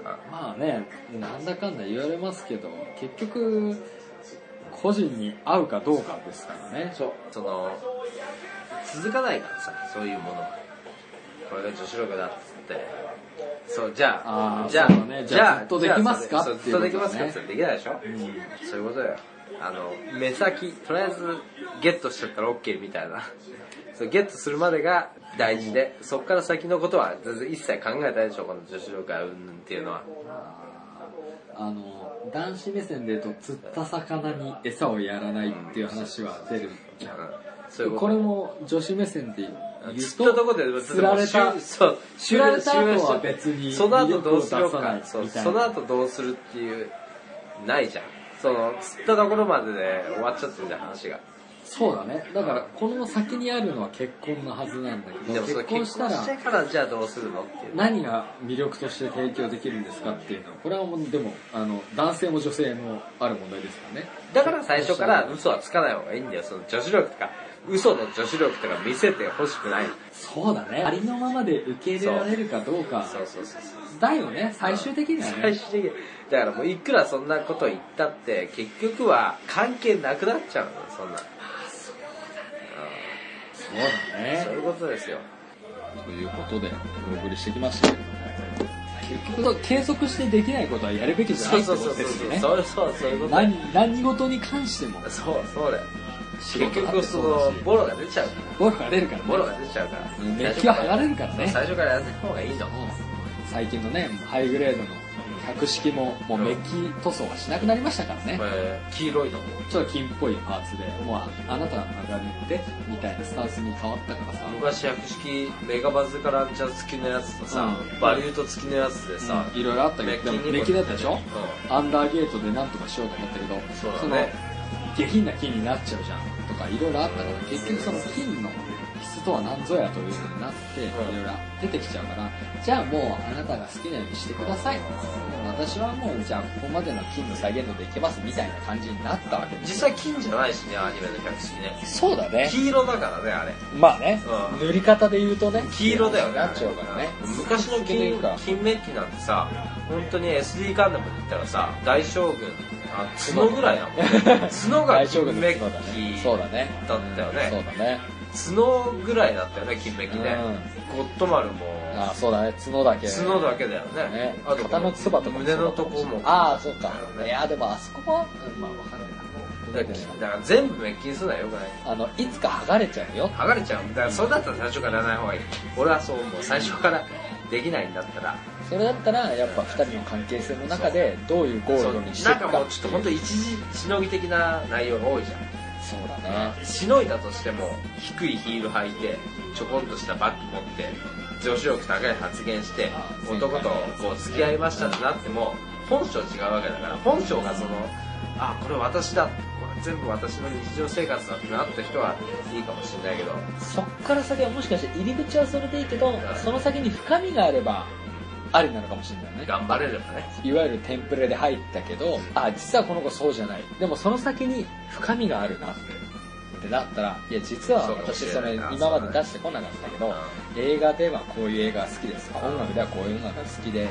[SPEAKER 2] あ
[SPEAKER 1] まあねなんだかんだ言われますけど結局個人に合うかどうかですからね
[SPEAKER 2] そうその続かないからさそういうものはこれが女子力だっつってそうじゃあ
[SPEAKER 1] あー
[SPEAKER 2] じゃあ、
[SPEAKER 1] そうだねじゃあずっと
[SPEAKER 2] じゃあ
[SPEAKER 1] できますか
[SPEAKER 2] そう
[SPEAKER 1] っ
[SPEAKER 2] ず
[SPEAKER 1] て
[SPEAKER 2] っ
[SPEAKER 1] いう
[SPEAKER 2] と
[SPEAKER 1] こと
[SPEAKER 2] で
[SPEAKER 1] ね
[SPEAKER 2] きますかってできないでしょ、そういうことよあの目先とりあえずゲットしちゃったら OK みたいなそうゲットするまでが大事で、そこから先のことは全然一切考えたいでしょこの女子力がうんぬんっていうのは
[SPEAKER 1] あの男子目線で言うと釣った魚に餌をやらないっていう話は出るじゃん
[SPEAKER 2] うんそういう
[SPEAKER 1] こ
[SPEAKER 2] と
[SPEAKER 1] れも女子目線で言うと
[SPEAKER 2] 釣ったとこで
[SPEAKER 1] 釣られた
[SPEAKER 2] そう
[SPEAKER 1] 釣られた後は別に
[SPEAKER 2] その後どうする
[SPEAKER 1] 魅力を出さな
[SPEAKER 2] か
[SPEAKER 1] い
[SPEAKER 2] そう
[SPEAKER 1] みたい
[SPEAKER 2] そ
[SPEAKER 1] な
[SPEAKER 2] の後どうするっていうないじゃんその釣ったところまでで終わっちゃってるじゃん話が
[SPEAKER 1] そうだねだからこの先にあるのは結婚のはずなんだけ
[SPEAKER 2] で
[SPEAKER 1] ど
[SPEAKER 2] もその
[SPEAKER 1] 結婚
[SPEAKER 2] 結
[SPEAKER 1] したら
[SPEAKER 2] 婚してからじゃあどうするのっていう
[SPEAKER 1] 何が魅力として提供できるんですかっていうのはこれはもうでもあの男性も女性もある問題ですからね
[SPEAKER 2] だから最初から嘘はつかない方がいいんだよその女子力とか嘘の女子力とか見せてほしくない
[SPEAKER 1] そうだねありのままで受け入れられるかどうか
[SPEAKER 2] そうそうそうそう
[SPEAKER 1] だよね最終的には
[SPEAKER 2] 最
[SPEAKER 1] ね
[SPEAKER 2] 終的にだからもういくらそんなこと言ったって結局は関係なくなっちゃうのそんな
[SPEAKER 1] そうだね
[SPEAKER 2] そういうことですよ
[SPEAKER 1] ということでお送りしてきましたけれども結局継続してできないことはやるべきじゃな
[SPEAKER 2] そ
[SPEAKER 1] いうってこと
[SPEAKER 2] そうそうそう
[SPEAKER 1] ですよね
[SPEAKER 2] そうそうそういうことだよ
[SPEAKER 1] 何何事に関しても
[SPEAKER 2] そうそうだよ
[SPEAKER 1] 仕事
[SPEAKER 2] 結
[SPEAKER 1] だって
[SPEAKER 2] 局そう
[SPEAKER 1] だ
[SPEAKER 2] の
[SPEAKER 1] し
[SPEAKER 2] ボロが出ちゃうから
[SPEAKER 1] ボロが出るからね
[SPEAKER 2] ボロが出ちゃうから
[SPEAKER 1] メッキは剥がれるからね
[SPEAKER 2] 最初からやんない方がいいの
[SPEAKER 1] 最近のねハイグレードの百式ももうメッキ塗装はしなくなりましたからね
[SPEAKER 2] これ黄色いの
[SPEAKER 1] ちょっと金っぽいパーツでもうああなたは曲がってみたいなスタンスに変わったからさ
[SPEAKER 2] 昔百式メガバズカランチャー付きのやつとさ、
[SPEAKER 1] うん
[SPEAKER 2] バリュート付きのやつでさ、
[SPEAKER 1] いろいろあったけどでもメッキだったでしょ
[SPEAKER 2] う
[SPEAKER 1] アンダーゲートでなんとかしようと思ったけど
[SPEAKER 2] んそうだね
[SPEAKER 1] その下品な金になっちゃうじゃんとかいろいろあったから結局その金の質とは何ぞやというふうになってい
[SPEAKER 2] うん
[SPEAKER 1] ろいろ出てきちゃうからじゃあもうあなたが好きなようにしてください私はもうじゃあここまでの金の再現度でいけますみたいな感じになったわけで
[SPEAKER 2] 実
[SPEAKER 1] す
[SPEAKER 2] 際金じゃないしねアニメの百式ね
[SPEAKER 1] そうだね
[SPEAKER 2] 黄色だからねあれ
[SPEAKER 1] まあね
[SPEAKER 2] うん
[SPEAKER 1] 塗り方で言うとね
[SPEAKER 2] 黄色だよね
[SPEAKER 1] なっちゃうからね
[SPEAKER 2] 昔の
[SPEAKER 1] とい
[SPEAKER 2] 金
[SPEAKER 1] うか
[SPEAKER 2] 金メッキなんてさ本当に SD ガンダムで言ったらさ大将軍あ角ぐらいだもんね角が
[SPEAKER 1] 大将
[SPEAKER 2] 金
[SPEAKER 1] 軍の
[SPEAKER 2] メッ
[SPEAKER 1] 角だねそうだね
[SPEAKER 2] だったよね
[SPEAKER 1] そうだね
[SPEAKER 2] キ角ぐらいだったよね金メッキねゴッドマルも
[SPEAKER 1] ああそうだね角だけ
[SPEAKER 2] 角だけだよね
[SPEAKER 1] ね
[SPEAKER 2] あと
[SPEAKER 1] 肩のつばとかも
[SPEAKER 2] 胸のとこも
[SPEAKER 1] ああそうか
[SPEAKER 2] ね
[SPEAKER 1] いやでもあそこはうんまあわかんないな
[SPEAKER 2] だからだから全部メッキにするのはよくない
[SPEAKER 1] あのいつか剥がれちゃうよ
[SPEAKER 2] 剥がれちゃうだからそれだったら最初からやらない方がいい俺はそう思う最初からできないんだったら
[SPEAKER 1] それだったらやっぱ2人の関係性の中でどういうゴー
[SPEAKER 2] そう
[SPEAKER 1] ルドにして
[SPEAKER 2] ないん
[SPEAKER 1] く
[SPEAKER 2] か
[SPEAKER 1] か
[SPEAKER 2] もうちょっと本当一時しのぎ的な内容が多いじゃん
[SPEAKER 1] そうだね
[SPEAKER 2] しのいだとしても低いヒール履いてちょこんとしたバッグ持って女子力高い発言して男とこう付き合いましたってなっても本性違うわけだから本性がそのあこれ私だこれ全部私の日常生活だってなった人はいいかもしれないけど
[SPEAKER 1] そっから先はもしかして入り口はそれでいいけどその先に深みがあればありなのかもしれないね
[SPEAKER 2] 頑張れればね
[SPEAKER 1] いわゆるテンプレで入ったけどあ実はこの子そうじゃないでもその先に深みがあるなってってなったらいや実は
[SPEAKER 2] そうかもし
[SPEAKER 1] 私
[SPEAKER 2] れ
[SPEAKER 1] そ
[SPEAKER 2] ない
[SPEAKER 1] れ
[SPEAKER 2] な
[SPEAKER 1] 今まで出してこなかったけど映画ではこういう映画が好きですとか音楽ではこういう音楽が好きで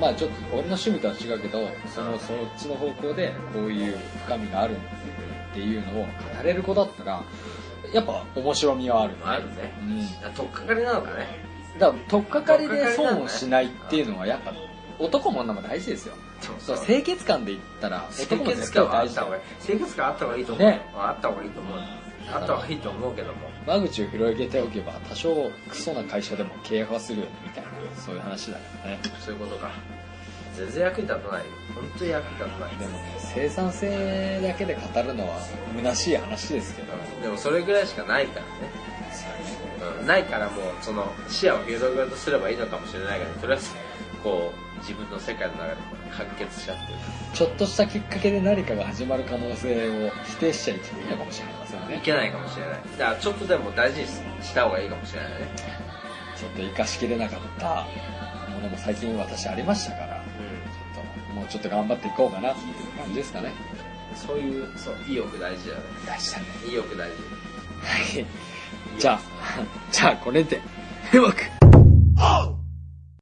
[SPEAKER 1] まあちょっと俺の趣味とは違うけどそのそっちの方向でこういう深みがあるっていうのを語れる子だったらやっぱ面白みはある
[SPEAKER 2] あるね
[SPEAKER 1] うん
[SPEAKER 2] だから取っかかりなのかね
[SPEAKER 1] だから取っかかりで損をしないっていうのはやっぱ男も女も大事ですよそう
[SPEAKER 2] 清
[SPEAKER 1] 清潔感で言ったら男も
[SPEAKER 2] 潔
[SPEAKER 1] 絶対
[SPEAKER 2] 感はあ
[SPEAKER 1] 大
[SPEAKER 2] っ
[SPEAKER 1] 事だ
[SPEAKER 2] た方が
[SPEAKER 1] よ
[SPEAKER 2] いい清潔感あった方がいいと思う、
[SPEAKER 1] ね
[SPEAKER 2] あった方がいいと思うあった方がいいと思うけども
[SPEAKER 1] 間口を広げておけば多少クソな会社でも契約はするよねみたいなそういう話だからね
[SPEAKER 2] そういうことか全然役に立たないよ本当に役に立たない
[SPEAKER 1] でもね生産性だけで語るのは虚しい話ですけど
[SPEAKER 2] でもそれぐらいしかないからね、うん、ないからもうその視野を広げようとすればいいのかもしれないけどとりあえずこう自分の世界の中で完結しちゃってる
[SPEAKER 1] ちょっとしたきっかけで何かが始まる可能性を否定しちゃいけないのかもしれません
[SPEAKER 2] い
[SPEAKER 1] ね
[SPEAKER 2] けないかもしれないだからちょっとでも大事にした方がいいかもしれないね、
[SPEAKER 1] ちょっと生かしきれなかったものも最近私ありましたから
[SPEAKER 2] う
[SPEAKER 1] ちょっともうちょっと頑張っていこうかなっていう感じですかね
[SPEAKER 2] ん、そういうそう意欲大事だよね
[SPEAKER 1] 大事だね
[SPEAKER 2] 意欲大 事
[SPEAKER 1] はいじゃあじゃあこれでうまく